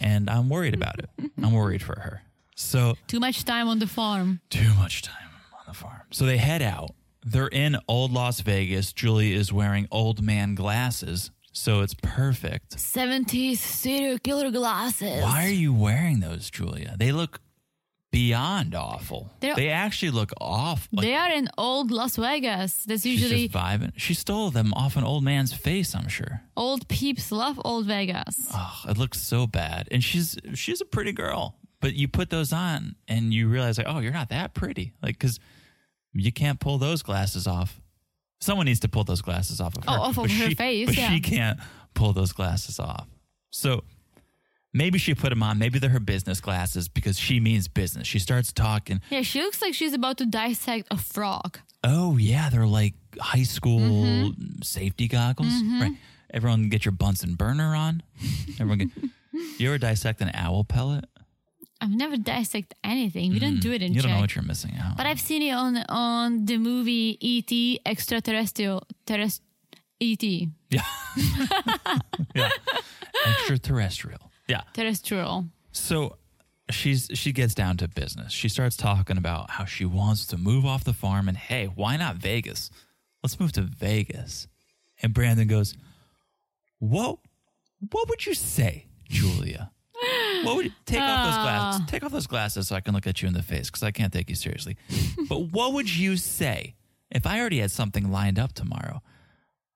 and I'm worried about it. I'm worried for her. So Too much time on the farm. too much time on the farm. So they head out. They're in old Las Vegas. Julie is wearing old man glasses, so it's perfect. 70s serial killer glasses. Why are you wearing those, Julia? They look beyond awful. They're- they actually look off. Like they are in old Las Vegas. That's she's usually just vibing. She stole them off an old man's face. I'm sure. old peeps love old Vegas. Oh, it looks so bad. And she's she's a pretty girl, but you put those on and you realize like, oh, you're not that pretty. Like, because you can't pull those glasses off. Someone needs to pull those glasses off of her. Oh, off of but her she- face, But yeah. she can't pull those glasses off. So maybe she put them on. Maybe they're her business glasses because she means business. She starts talking. Yeah, she looks like she's about to dissect a frog. Oh yeah, they're like high school Mm-hmm. safety goggles, right? Everyone get your Bunsen burner on. Everyone get. you ever dissect an owl pellet? I've never dissected anything. We don't do it in Mm-hmm. You don't Czech. know what you're missing out. but I've seen it on on the movie E.T. Extraterrestrial terrest E E.T. yeah. yeah. Extraterrestrial. Yeah. Terrestrial. So she's she gets down to business. She starts talking about how she wants to move off the farm and hey, why not Vegas? Let's move to Vegas. And Brandon goes, "What? What would you say, Julia? What would take off those glasses? Take off those glasses so I can look at you in the face because I can't take you seriously. but what would you say if I already had something lined up tomorrow?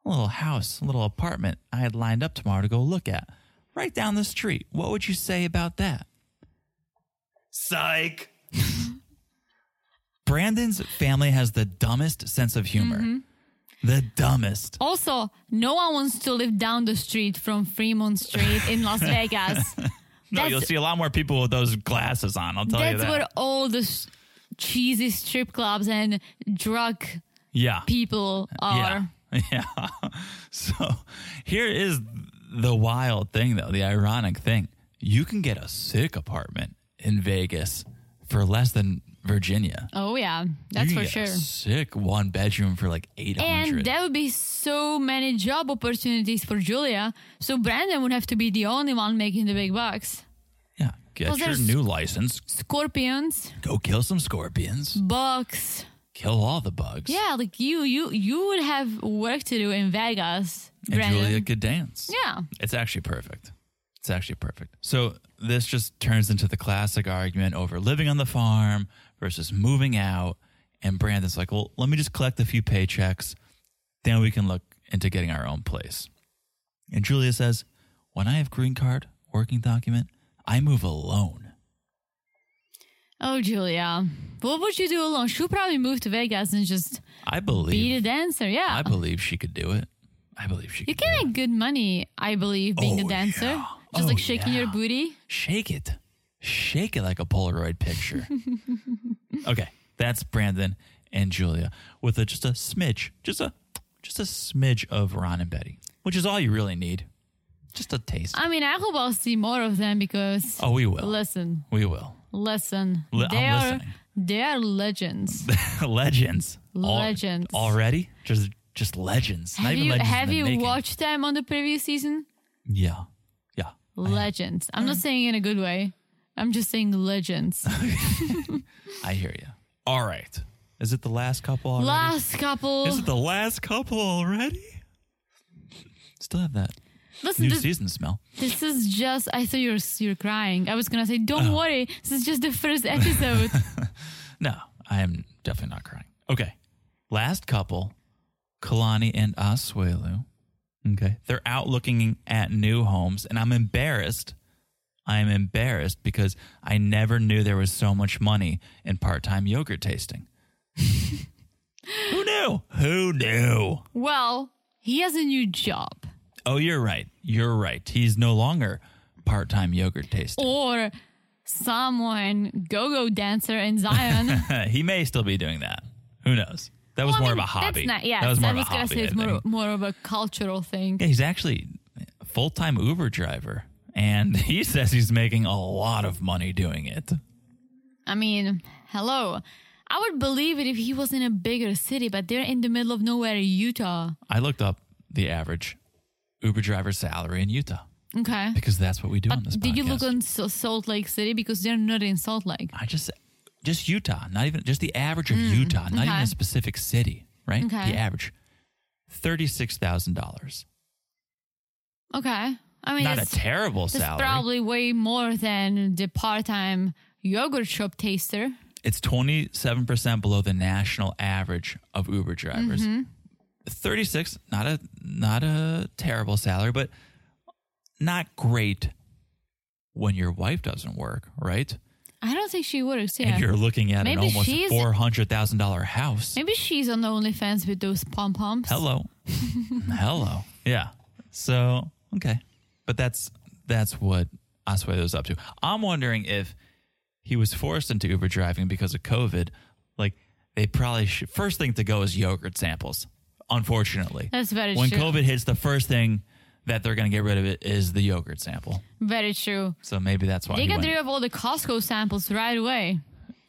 A little house, a little apartment I had lined up tomorrow to go look at, right down the street. What would you say about that? Psych. Brandon's family has the dumbest sense of humor. The dumbest. Also, no one wants to live down the street from Fremont Street in Las Vegas. No, That's- you'll see a lot more people with those glasses on. I'll tell you That's that. where all the s cheesy strip clubs and drug yeah. people are. yeah. Yeah. So here is the wild thing, though, the ironic thing. You can get a sick apartment in Vegas for less than Virginia. Oh yeah, that's you for can sure. get A sick one bedroom for like 800 And there would be so many job opportunities for Julia. So Brandon would have to be the only one making the big bucks. Yeah. Get Well, your there's- new license. Scorpions, Go kill some scorpions. bugs. Kill all the bugs. Mm. Yeah, like you, you, you would have work to do in Vegas, And Brandon. Julia could dance. Yeah. It's actually perfect. It's actually perfect. So this just turns into the classic argument over living on the farm versus moving out. And Brandon's like, well, let me just collect a few paychecks. Then we can look into getting our own place. And Julia says, when I have green card, working document, I move alone. Oh, Julia, what would you do alone? She'll probably move to Vegas and just I believe. be the dancer. Yeah, I believe she could do it. I believe she you could do can it. make good money, I believe, being Oh, a dancer. yeah. Just Oh, like shaking your yeah. booty. shake it, shake it like a Polaroid picture. okay, that's Brandon and Julia with a, just a smidge, just a just a smidge of Ron and Betty, which is all you really need, just a taste. I mean, I hope I'll see more of them because oh, we will, listen, we will. listen, Li- they I'm are listening. they are legends. legends, Al- Legends. already, just just legends. Not have even you legends in have the you making. watched them on the previous season? Yeah, yeah. Legends. I'm Mm. not saying in a good way. I'm just saying legends. I hear you. All right. Is it the last couple already? Last couple. Is it the last couple already? Still have that Listen, new this, season smell. this is just. I thought you're you're crying. I was gonna say, don't Uh-huh. worry. This is just the first episode. No, I am definitely not crying. Okay. Last couple, Kalani and Asuelu. Okay. They're out looking at new homes, and I'm embarrassed. I'm embarrassed because I never knew there was so much money in part time yogurt tasting. Who knew? Who knew? well, he has a new job, Oh, you're right. You're right. He's no longer part time yogurt tasting. or someone go-go dancer in Zion. he may still be doing that. Who knows? That was Well, I more mean, of a hobby. That's not, yeah, that was more I of a was gonna hobby. say it's I more, think. more of a cultural thing. Yeah, he's actually a full time Uber driver, and he says he's making a lot of money doing it. I mean, hello. I would believe it if he was in a bigger city, but they're in the middle of nowhere, Utah. I looked up the average Uber driver salary in Utah Okay. because that's what we do on this. Uh, Did you look podcast. on S- Salt Lake City because they're not in Salt Lake? I just just Utah, not even just the average of Utah, not even Mm, okay. a specific city, right? Okay. The average thirty six thousand dollars. Okay. I mean, Not a it's, terrible it's salary. probably way more than the part-time yogurt shop taster. it's 27% below the national average of Uber drivers. Mm-hmm. 36, not a not a terrible salary, but not great when your wife doesn't work, right? I don't think she works. And Yeah. you're looking at Maybe an almost she's- $400,000 house. Maybe she's on OnlyFans with those pom poms. Hello. Hello. Yeah. So, okay. But that's that's what Oswego was up to. I'm wondering if he was forced into Uber driving because of COVID. Like they probably should, first thing to go is yogurt samples. Unfortunately. That's very When true. COVID hits, the first thing that they're going to get rid of it is the yogurt sample. Very true. So maybe that's why. They he got went- rid of all the Costco samples right away.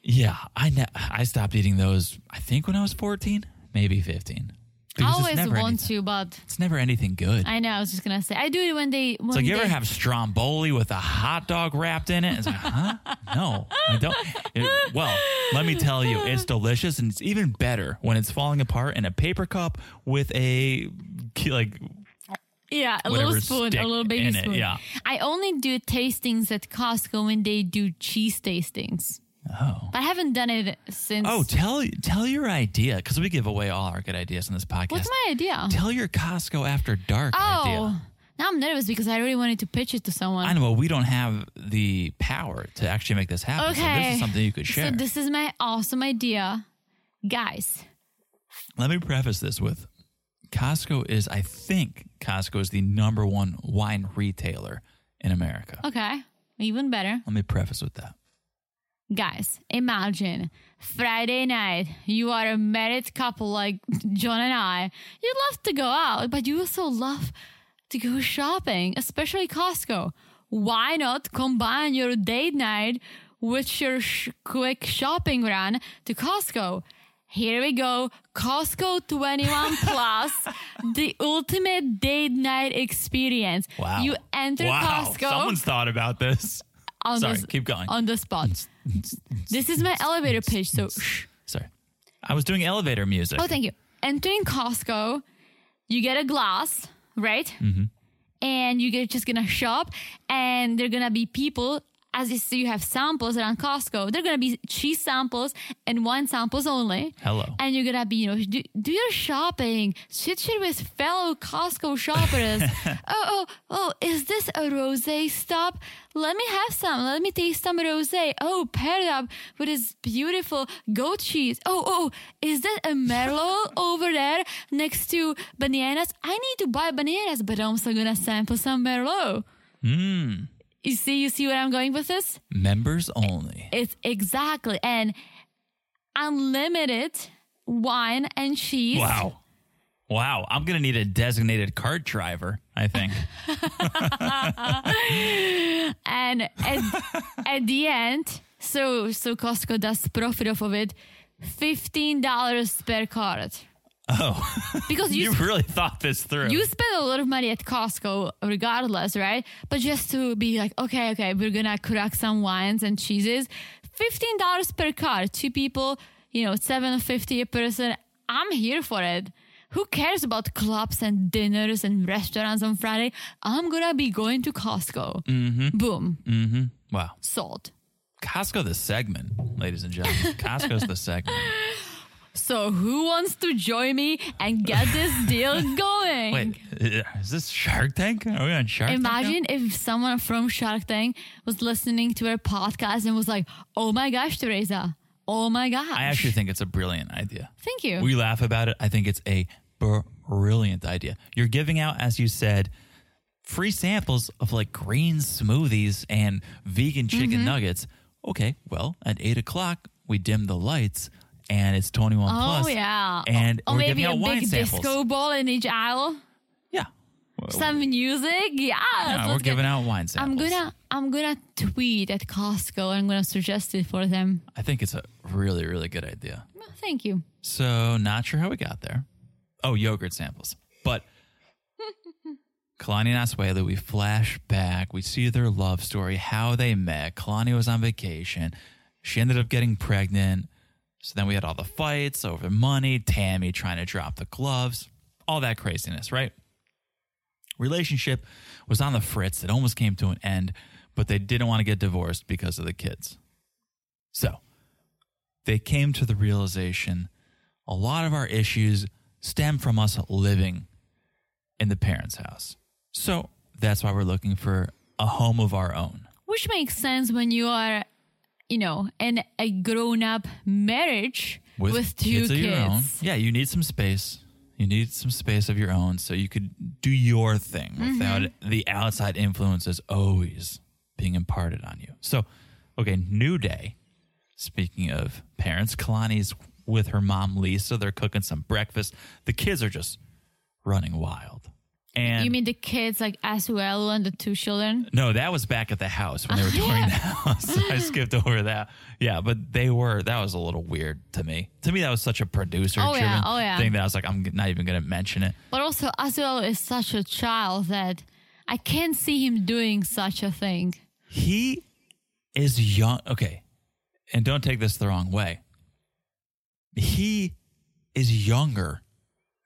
Yeah, I ne- I stopped eating those. I think when I was fourteen, maybe fifteen. I Because it's always never want anything- to, but It's never anything good. I know I was just gonna say I do it when they. When it's like you they, ever have stromboli with a hot dog wrapped in it? It's like, huh? No, I don't. It- well, let me tell you, it's delicious, and it's even better when it's falling apart in a paper cup with a like Yeah, a whatever little spoon, stick a little baby in it, spoon. yeah. I only do tastings at Costco when they do cheese tastings. Oh. But I haven't done it since. Oh, tell tell your idea because we give away all our good ideas on this podcast. what's my idea? tell your Costco after dark oh, idea. now I'm nervous because I really wanted to pitch it to someone. I know, but we don't have the power to actually make this happen. Okay, So this is something you could share. So this is my awesome idea, guys. Let me preface this with Costco is, I think, Costco is the number one wine retailer in America. Okay, even better. Let me preface with that. Guys, imagine Friday night, you are a married couple like John and I. You love to go out, but you also love to go shopping, especially Costco. Why not combine your date night with your sh- quick shopping run to Costco? Here we go. Costco 21 Plus, the ultimate date night experience. Wow. You enter wow. Costco Someone's thought about this. on Sorry, the, s- keep going. on the spot. this is my elevator pitch. So, shh. Sorry. I was doing elevator music. oh, thank you. Entering Costco, you get a glass, right? And you're just gonna shop, and there gonna be people. As you see, you have samples around Costco. They're gonna be cheese samples and wine samples only. Hello. And you're gonna be, you know, do, do your shopping, chit chat with fellow Costco shoppers. oh, oh, oh, is this a rose stop? Let me have some. Let me taste some rose. Oh, paired up with this beautiful goat cheese. Oh, oh, is that a Merlot over there next to bananas? I need to buy bananas, but I'm also gonna sample some Merlot. You see, you see where I'm going with this? Members only. It's exactly and unlimited wine and cheese. Wow. Wow. I'm going to need a designated cart driver, I think. And at, at the end, so so Costco does profit off of it, fifteen dollars per card. Oh, because you you really thought this through. You spend a lot of money at Costco regardless, right? But just to be like, okay, okay, we're gonna crack some wines and cheeses. Fifteen dollars per car, two people, you know, seven fifty a person. I'm here for it. Who cares about clubs and dinners and restaurants on Friday? I'm gonna be going to Costco. Boom. wow. Sold. Costco the segment, ladies and gentlemen. Costco's the segment. So who wants to join me and get this deal going? Wait, is this Shark Tank? Are we on Shark Tank? now? Imagine if someone from Shark Tank was listening to our podcast and was like, "Oh my gosh, Teresa! Oh my gosh!" I actually think it's a brilliant idea. thank you. We laugh about it. I think it's a brilliant idea. You're giving out, as you said, free samples of like green smoothies and vegan chicken Mm-hmm. nuggets. Okay, well, at eight o'clock, we dim the lights and it's 21 oh plus. yeah, And or we're maybe giving a out wine big samples. disco ball in each aisle, Yeah. some music. Yeah, Yeah, let's we're get- giving out wine I'm samples. gonna I'm gonna tweet at Costco. I'm gonna suggest it for them. I think it's a really, really good idea. Well, thank you. So, not sure how we got there. Oh, yogurt samples. But Kalani and Asuela, we flash back. We see their love story, how they met. Kalani was on vacation. She ended up getting pregnant. So then we had all the fights over money, Tammy trying to drop the gloves, all that craziness, right? Relationship was on the fritz. It almost came to an end, but they didn't want to get divorced because of the kids. So they came to the realization a lot of our issues stem from us living in the parents' house. So that's why we're looking for a home of our own. Which makes sense when you are, you know, in a grown up marriage with, two kids. of your own. Yeah, you need some space. You need some space of your own so you could do your thing Mm-hmm. without the outside influences always being imparted on you. So, okay, new day. Speaking of parents, Kalani's with her mom Lisa. They're cooking some breakfast. The kids are just running wild. And you mean the kids like Asuelu and the two children? No, that was back at the house when they were Oh, touring the house. I skipped over that. Yeah, but they were. That was a little weird to me. To me, that was such a producer-driven Oh, yeah. Oh, yeah. thing that I was like, I'm not even going to mention it. But also Asuelu is such a child that I can't see him doing such a thing. He is young. Okay, and don't take this the wrong way. He is younger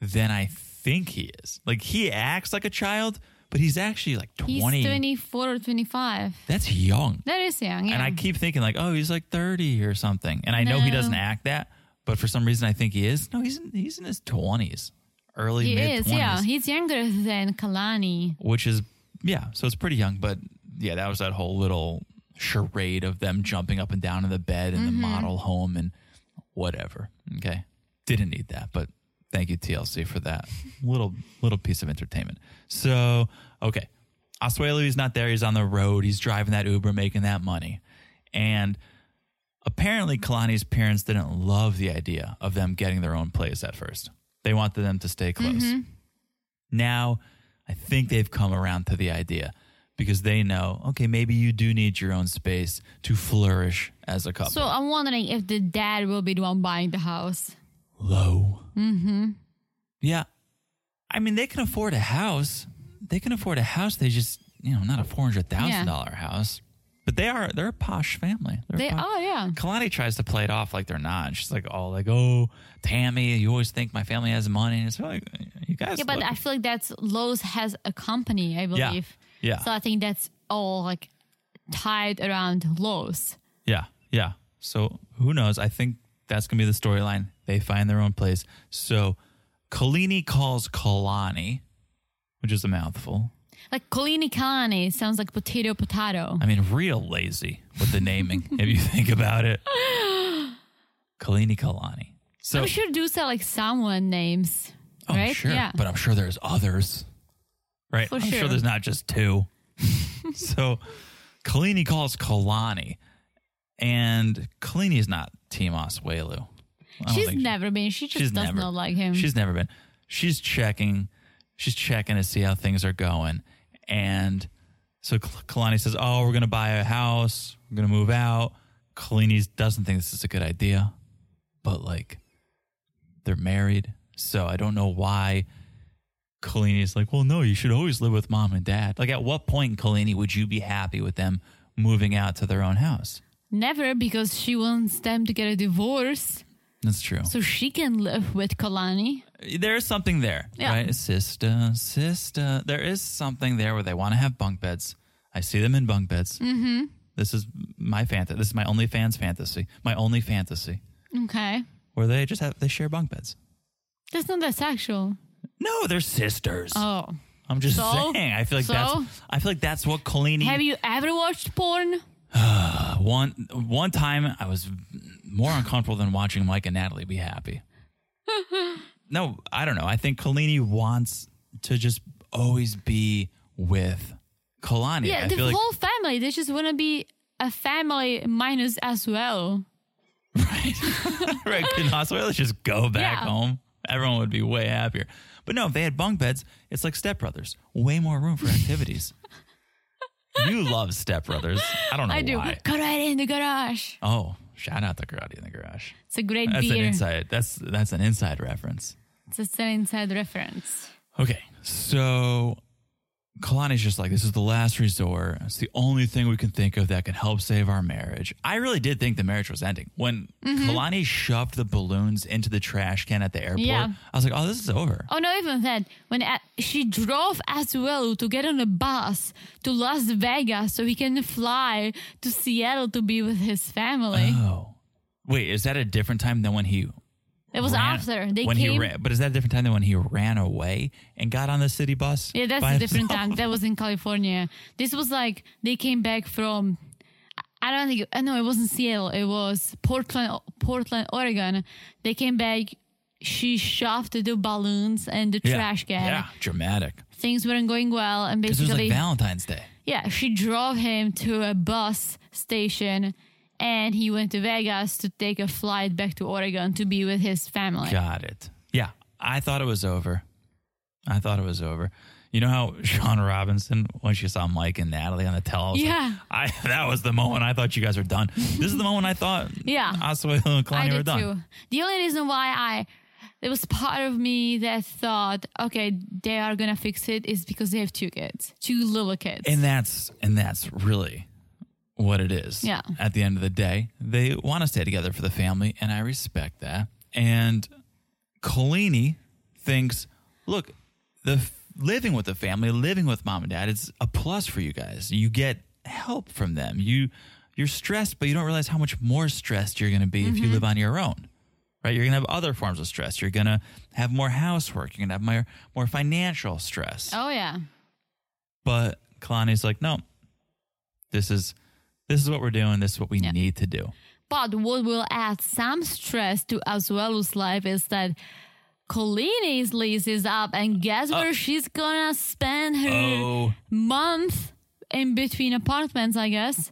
than I think he is. Like he acts like a child, but he's actually like He's 20. 24 or 25. That's young. That is young. Yeah. And I keep thinking like, oh, he's like 30 or something. And I know he No. doesn't act that, but for some reason I think he is. No, he's in, he's in his 20s, early he mid is, 20s. yeah. He's younger than Kalani. which is yeah, so it's pretty young, but yeah, that was that whole little charade of them jumping up and down in the bed and Mm-hmm. the model home and whatever. Okay. Didn't need that, but thank you TLC for that little little piece of entertainment. So, okay. Oswego is not there, he's on the road, he's driving that Uber making that money. And apparently Kalani's parents didn't love the idea of them getting their own place at first. They wanted them to stay close. Now, I think they've come around to the idea because they know, okay, maybe you do need your own space to flourish as a couple. So I'm wondering if the dad will be the one buying the house. Low. Mm-hmm. Yeah. I mean, they can afford a house. They can afford a house. They just, you know, not a four hundred thousand thousand dollar house. But they are they're a posh family. They're They posh. are, yeah. Kalani tries to play it off like they're not. And She's like, oh, like, oh, Tammy, you always think my family has money. And it's like, you guys. Yeah, but look- I feel like that's Lowe's has a company, I Yeah. believe. Yeah. So I think that's all like tied around Lowe's. Yeah, yeah. So who knows? I think that's gonna be the storyline. They find their own place. So Kalini calls Kalani, which is a mouthful. Like Colini Kalani sounds like potato potato. I mean, real lazy with the naming, if you think about it. Kalini Kalani. So I'm sure do say like someone names, Oh, Oh, right? sure. Yeah. But I'm sure there's others. Right? For I'm sure. sure. there's not just two. so Kalini calls Kalani. And Kalini is not Team Oswelu. I don't she's think she- never been. She just does not like him. She's never been. She's checking. She's checking to see how things are going. And so Kal- Kalani says, "Oh, we're gonna buy a house. We're gonna move out." Kalani doesn't think this is a good idea, but like, they're married, so I don't know why. Kalini's like, "Well, no, you should always live with mom and dad." Like, at what point, Kalini, would you be happy with them moving out to their own house? never because she wants them to get a divorce That's true. so she can live with Kalani. there's something there, Yeah. right? Sister, sister. There is something there where they want to have bunk beds. I see them in bunk beds. Mm-hmm. This is my fantasy. This is my only fans fantasy. My only fantasy Okay. where they just have they share bunk beds. That's not that sexual. No, they're sisters. Oh. I'm just So? saying. I feel like So? that's. I feel like that's what Colleen. Have you ever watched porn? one one time I was more uncomfortable than watching Mike and Natalie be happy. no, I don't know. I think Kalini wants to just always be with Kalani. Yeah, I the feel like whole family. They just want to be a family minus as well. right, couldn't possibly let's just go back Yeah. home. Everyone would be way happier. But no, if they had bunk beds, it's like stepbrothers. Way more room for activities. you love stepbrothers. I don't know I do. why. Karate in the garage. Oh, shout out to Karate in the Garage. It's a great That's an beer. inside. That's that's an inside reference. It's just an inside reference. Okay, so Kalani's just like, this is the last resort. It's the only thing we can think of that can help save our marriage. I really did think the marriage was ending. When Mm-hmm. Kalani shoved the balloons into the trash can at the airport, Yeah. I was like, oh, this is over. Oh, no, even that. When a- she drove as well to get on a bus to Las Vegas so he can fly to Seattle to be with his family. Oh. Wait, is that a different time than when he. it was ran- after. They when He came. ran, but is that a different time than when he ran away and got on the city bus? yeah, that's by a different himself? time. That was in California. This was like they came back from. I don't think. uh, No, it wasn't Seattle. It was Portland, Portland, Oregon. They came back. She shoved the balloons and the Yeah. trash can. Yeah, dramatic. Things weren't going well, and Because it was basically like Valentine's Day. Yeah, she drove him to a bus station and he went to Vegas to take a flight back to Oregon to be with his family. Got it. Yeah, I thought it was over. I thought it was over. You know how Sean Robinson, when she saw Mike and Natalie on the tell, I was like, Yeah. I, that was the moment I thought you guys were done. This is the moment I thought Yeah. Oswego and I Kalani were did done. too. The only reason why I there was part of me that thought, okay, they are gonna fix it is because they have two kids, two little kids. And that's and that's really what it is. Yeah. At the end of the day, they want to stay together for the family, and I respect that. And Colini thinks, look, the f- living with the family, living with mom and dad, it's a plus for you guys. You get help from them. You you're stressed, but you don't realize how much more stressed you're going to be if Mm-hmm. you live on your own. Right? You're going to have other forms of stress. You're going to have more housework. You're going to have more more financial stress. oh yeah, But Kalani's like, no, this is this is what we're doing. This is what we Yeah. need to do. but what will add some stress to Azuelu's life is that. Colini's lease is up, and guess where she's gonna spend her Uh, Oh, month in between apartments, I guess.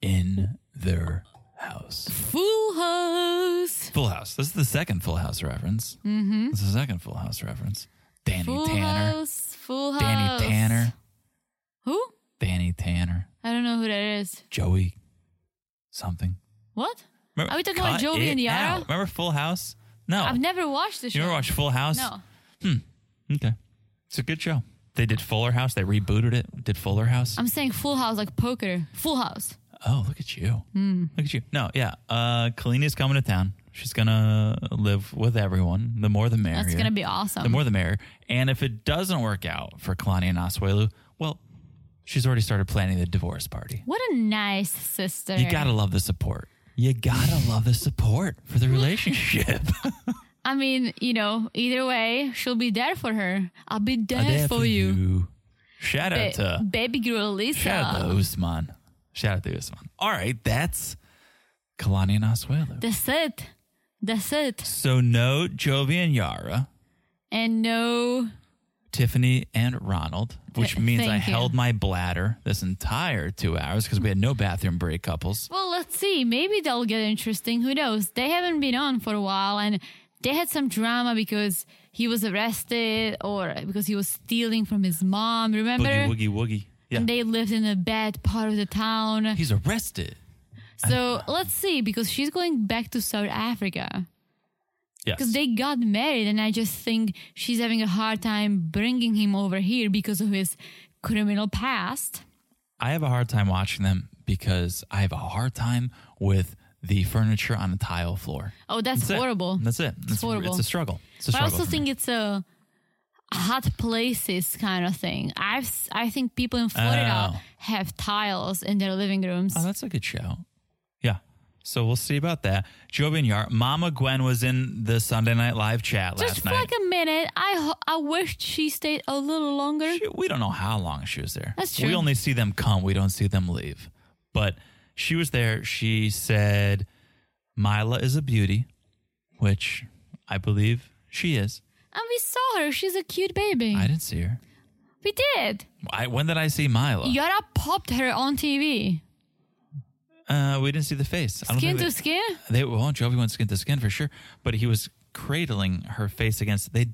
in their house, Full house. Full House. This is the second Full House reference. Mm-hmm. This is the second Full House reference. Danny Full Tanner, house. Full house. Danny Tanner, Who? Danny Tanner, I don't know who that is. Joey, something. What? Remember- Are we talking about Cut Joey it and Yara? out. Remember Full House? No, I've never watched the show. you ever watch Full House? No. Okay, it's a good show. They did Fuller House. They rebooted it. Did Fuller House? I'm saying Full House like poker. Full House. Oh, look at you. Hmm. Look at you. No, yeah. Uh Kalini's coming to town. She's gonna live with everyone. The more the merrier. That's gonna be the awesome. more the merrier. And if it doesn't work out for Kalani and Oswelu, well, she's already started planning the divorce party. what a nice sister. You gotta love the support. You gotta love the support for the relationship. I mean, you know, either way, she'll be there for her. I'll be there, I'm there for, you. Shout out Ba- to baby girl Lisa. Shout out to Usman. Shout out to Usman. All right, that's Kalani and Oswelu. That's it. That's it. So no Jovi and Yara. And no Tiffany and Ronald, which Th- means I thank you. held my bladder this entire two hours because we had no bathroom break couples. Well, let's see. Maybe they'll get interesting. Who knows? They haven't been on for a while and they had some drama because he was arrested or because he was stealing from his mom, remember? Boogie woogie woogie. Yeah. And they lived in a bad part of the town. He's arrested. So let's see, because she's going back to South Africa. Yes. Because they got married, and I just think she's having a hard time bringing him over here because of his criminal past. I have a hard time watching them because I have a hard time with the furniture on the tile floor. Oh, that's, That's it. horrible. That's it. It's, horrible. It's a struggle. It's a But I struggle. also for think me. it's a hot places kind of thing. I've s- I think people in Florida Oh. have tiles in their living rooms. Oh, that's a good show. Yeah. So we'll see about that. Joe Binyar, Mama Gwen was in the Sunday Night Live chat Just last for night. like a minute. I ho- I wish she stayed a little longer. She- we don't know how long she was there. That's We true. only see them come, we don't see them leave. But she was there. She said, Mila is a beauty, which I believe she is. And we saw her. She's a cute baby. I didn't see her. we did. I, when did I see Mila? Yara popped her on TV. Uh, we didn't see the face. I don't Skin think to skin? they, they, well, Jovi went skin to skin for sure, but he was cradling her face against. They,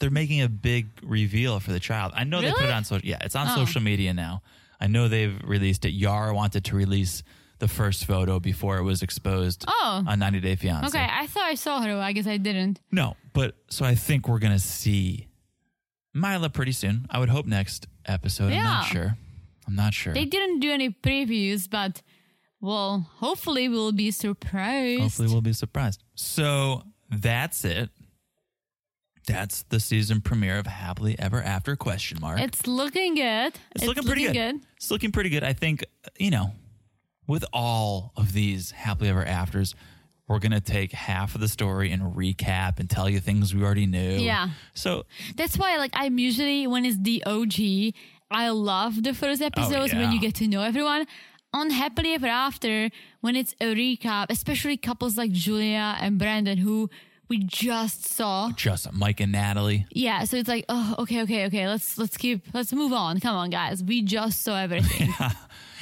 they're making a big reveal for the child. I know they put it Really? Oh. on social. Yeah, it's on social media now. I know they've released it. Yara wanted to release the first photo before it was exposed Oh. on 90 Day Fiance. Okay, I thought I saw her. Well, I guess I didn't. No, but so I think we're gonna see Mila pretty soon. I would hope next episode. I'm Yeah. not sure. I'm not sure. They didn't do any previews, but well, hopefully we'll be surprised. Hopefully, we'll be surprised. So that's it. That's the season premiere of Happily Ever After? Question mark. It's looking good. It's, It's looking pretty good. It's looking pretty good. I think you know, with all of these Happily Ever Afters, we're gonna take half of the story and recap and tell you things we already knew. Yeah. So That's why, like, I'm usually when it's the OG, I love the first episodes Oh, yeah. when you get to know everyone. On Happily Ever After, when it's a recap, especially couples like Julia and Brandon who we just saw. Just Mike and Natalie. Yeah, so it's like, oh, okay, okay, okay. Let's let's keep let's move on. Come on, guys. We just saw everything.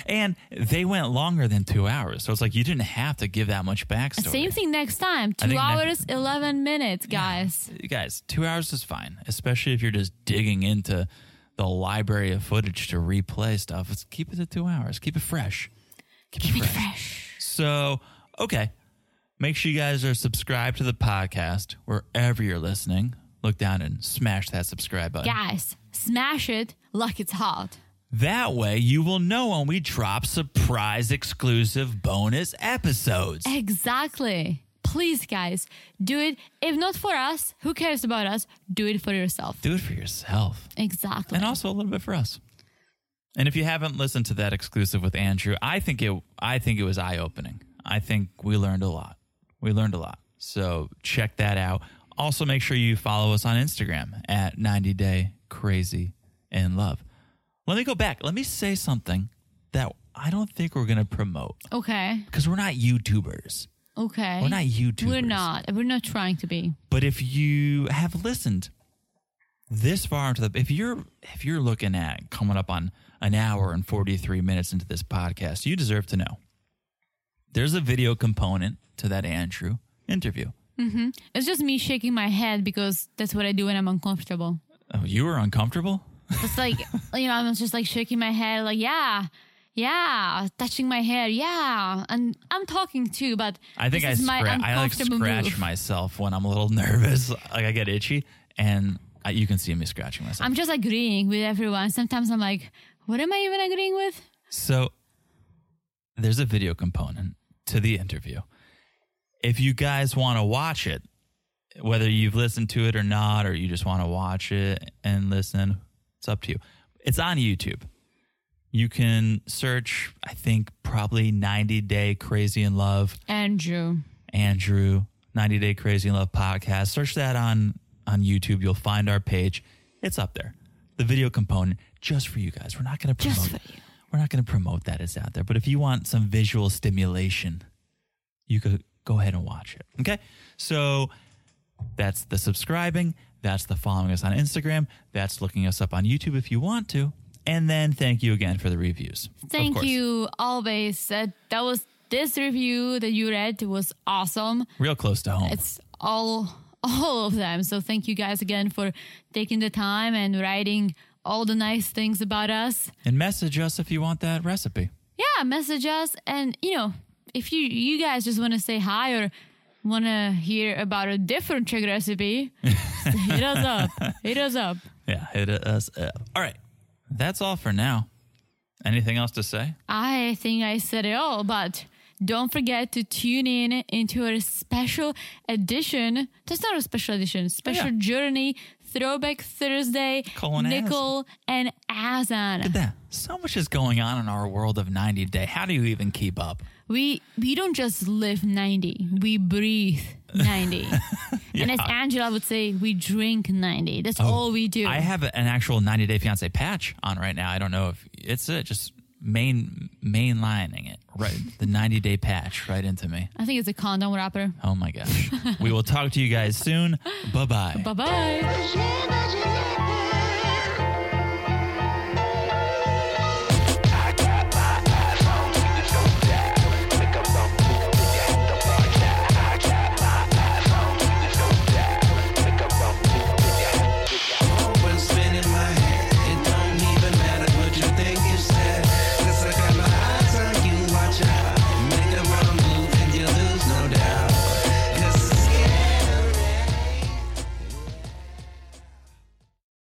And they went longer than two hours. So it's like you didn't have to give that much backstory. Same thing next time. Two think next- hours, eleven minutes, guys. Guys, two hours is fine, especially if you're just digging into the library of footage to replay stuff. Let's keep it to two hours. Keep it fresh. Keep it fresh. So, okay. Make sure you guys are subscribed to the podcast wherever you're listening. Look down and smash that subscribe button. Guys, smash it like it's hot. That way, you will know when we drop surprise exclusive bonus episodes. Exactly. Please, guys, do it. If not for us, who cares about us? Do it for yourself. Do it for yourself. Exactly. and also a little bit for us. And if you haven't listened to that exclusive with Andrew, I think it I think it was eye opening. I think we learned a lot. We learned a lot. So check that out. Also make sure you follow us on Instagram at 90 Day Crazy in Love. Let me go back. Let me say something that I don't think we're gonna promote. okay. Because we're not YouTubers. Okay. We're not YouTubers. We're not. We're not trying to be. But if you have listened this far into the if you're if you're looking at coming up on an hour and 43 minutes into this podcast, you deserve to know. There's a video component to that Andrew interview. It's just me shaking my head because that's what I do when I'm uncomfortable. Oh, you were uncomfortable? It's like, you know, I'm just like shaking my head, like, yeah, yeah, touching my hair, yeah. And I'm talking too, but I think I this is my scra- I like uncomfortable scratch move. myself when I'm a little nervous. Like I get itchy and I, you can see me scratching myself. I'm just agreeing with everyone. Sometimes I'm like, what am I even agreeing with? So there's a video component to the interview. If you guys want to watch it, whether you've listened to it or not, or you just want to watch it and listen, it's up to you. It's on YouTube. You can search, I think, probably 90 Day Crazy in Love, Andrew. Andrew, 90 Day Crazy in Love podcast. Search that on, on YouTube. You'll find our page. It's up there. The video component, just for you guys. We're not going to promote Just for you. we're not going to promote that it's out there, but if you want some visual stimulation, you could go ahead and watch it. Okay. So that's the subscribing. That's the following us on Instagram. That's looking us up on YouTube if you want to. And then thank you again for the reviews. Of Thank course. you always. Uh, that was this review that you read was awesome. Real close to home. It's all all of them. So thank you guys again for taking the time and writing all the nice things about us. and message us if you want that recipe. Yeah, message us and you know, if you you guys just want to say hi or want to hear about a different trick recipe, hit us up. Hit us up. Yeah. Hit us up. All right. That's all for now. Anything else to say? I think I said it all, but don't forget to tune in into our special edition. That's not a special edition, special Yeah. journey, Throwback Thursday, Colin Nickel and Look Azan. at that. So much is going on in our world of 90 Day. How do you even keep up? We we don't just live 90, we breathe 90. And as Angela would say, we drink 90. That's Oh, all we do. Oh. I have an actual 90 Day Fiance patch on right now. I don't know if it's it, just main mainlining it right the 90 Day patch right into me. I think it's a condom wrapper. Oh my gosh. we will talk to you guys soon. Bye bye. Bye bye. But it's been in my head. It don't even matter what you think you said. 'Cause I got my eyes on you, watch out. Make the wrong move and you lose, no doubt. 'Cause it's scary.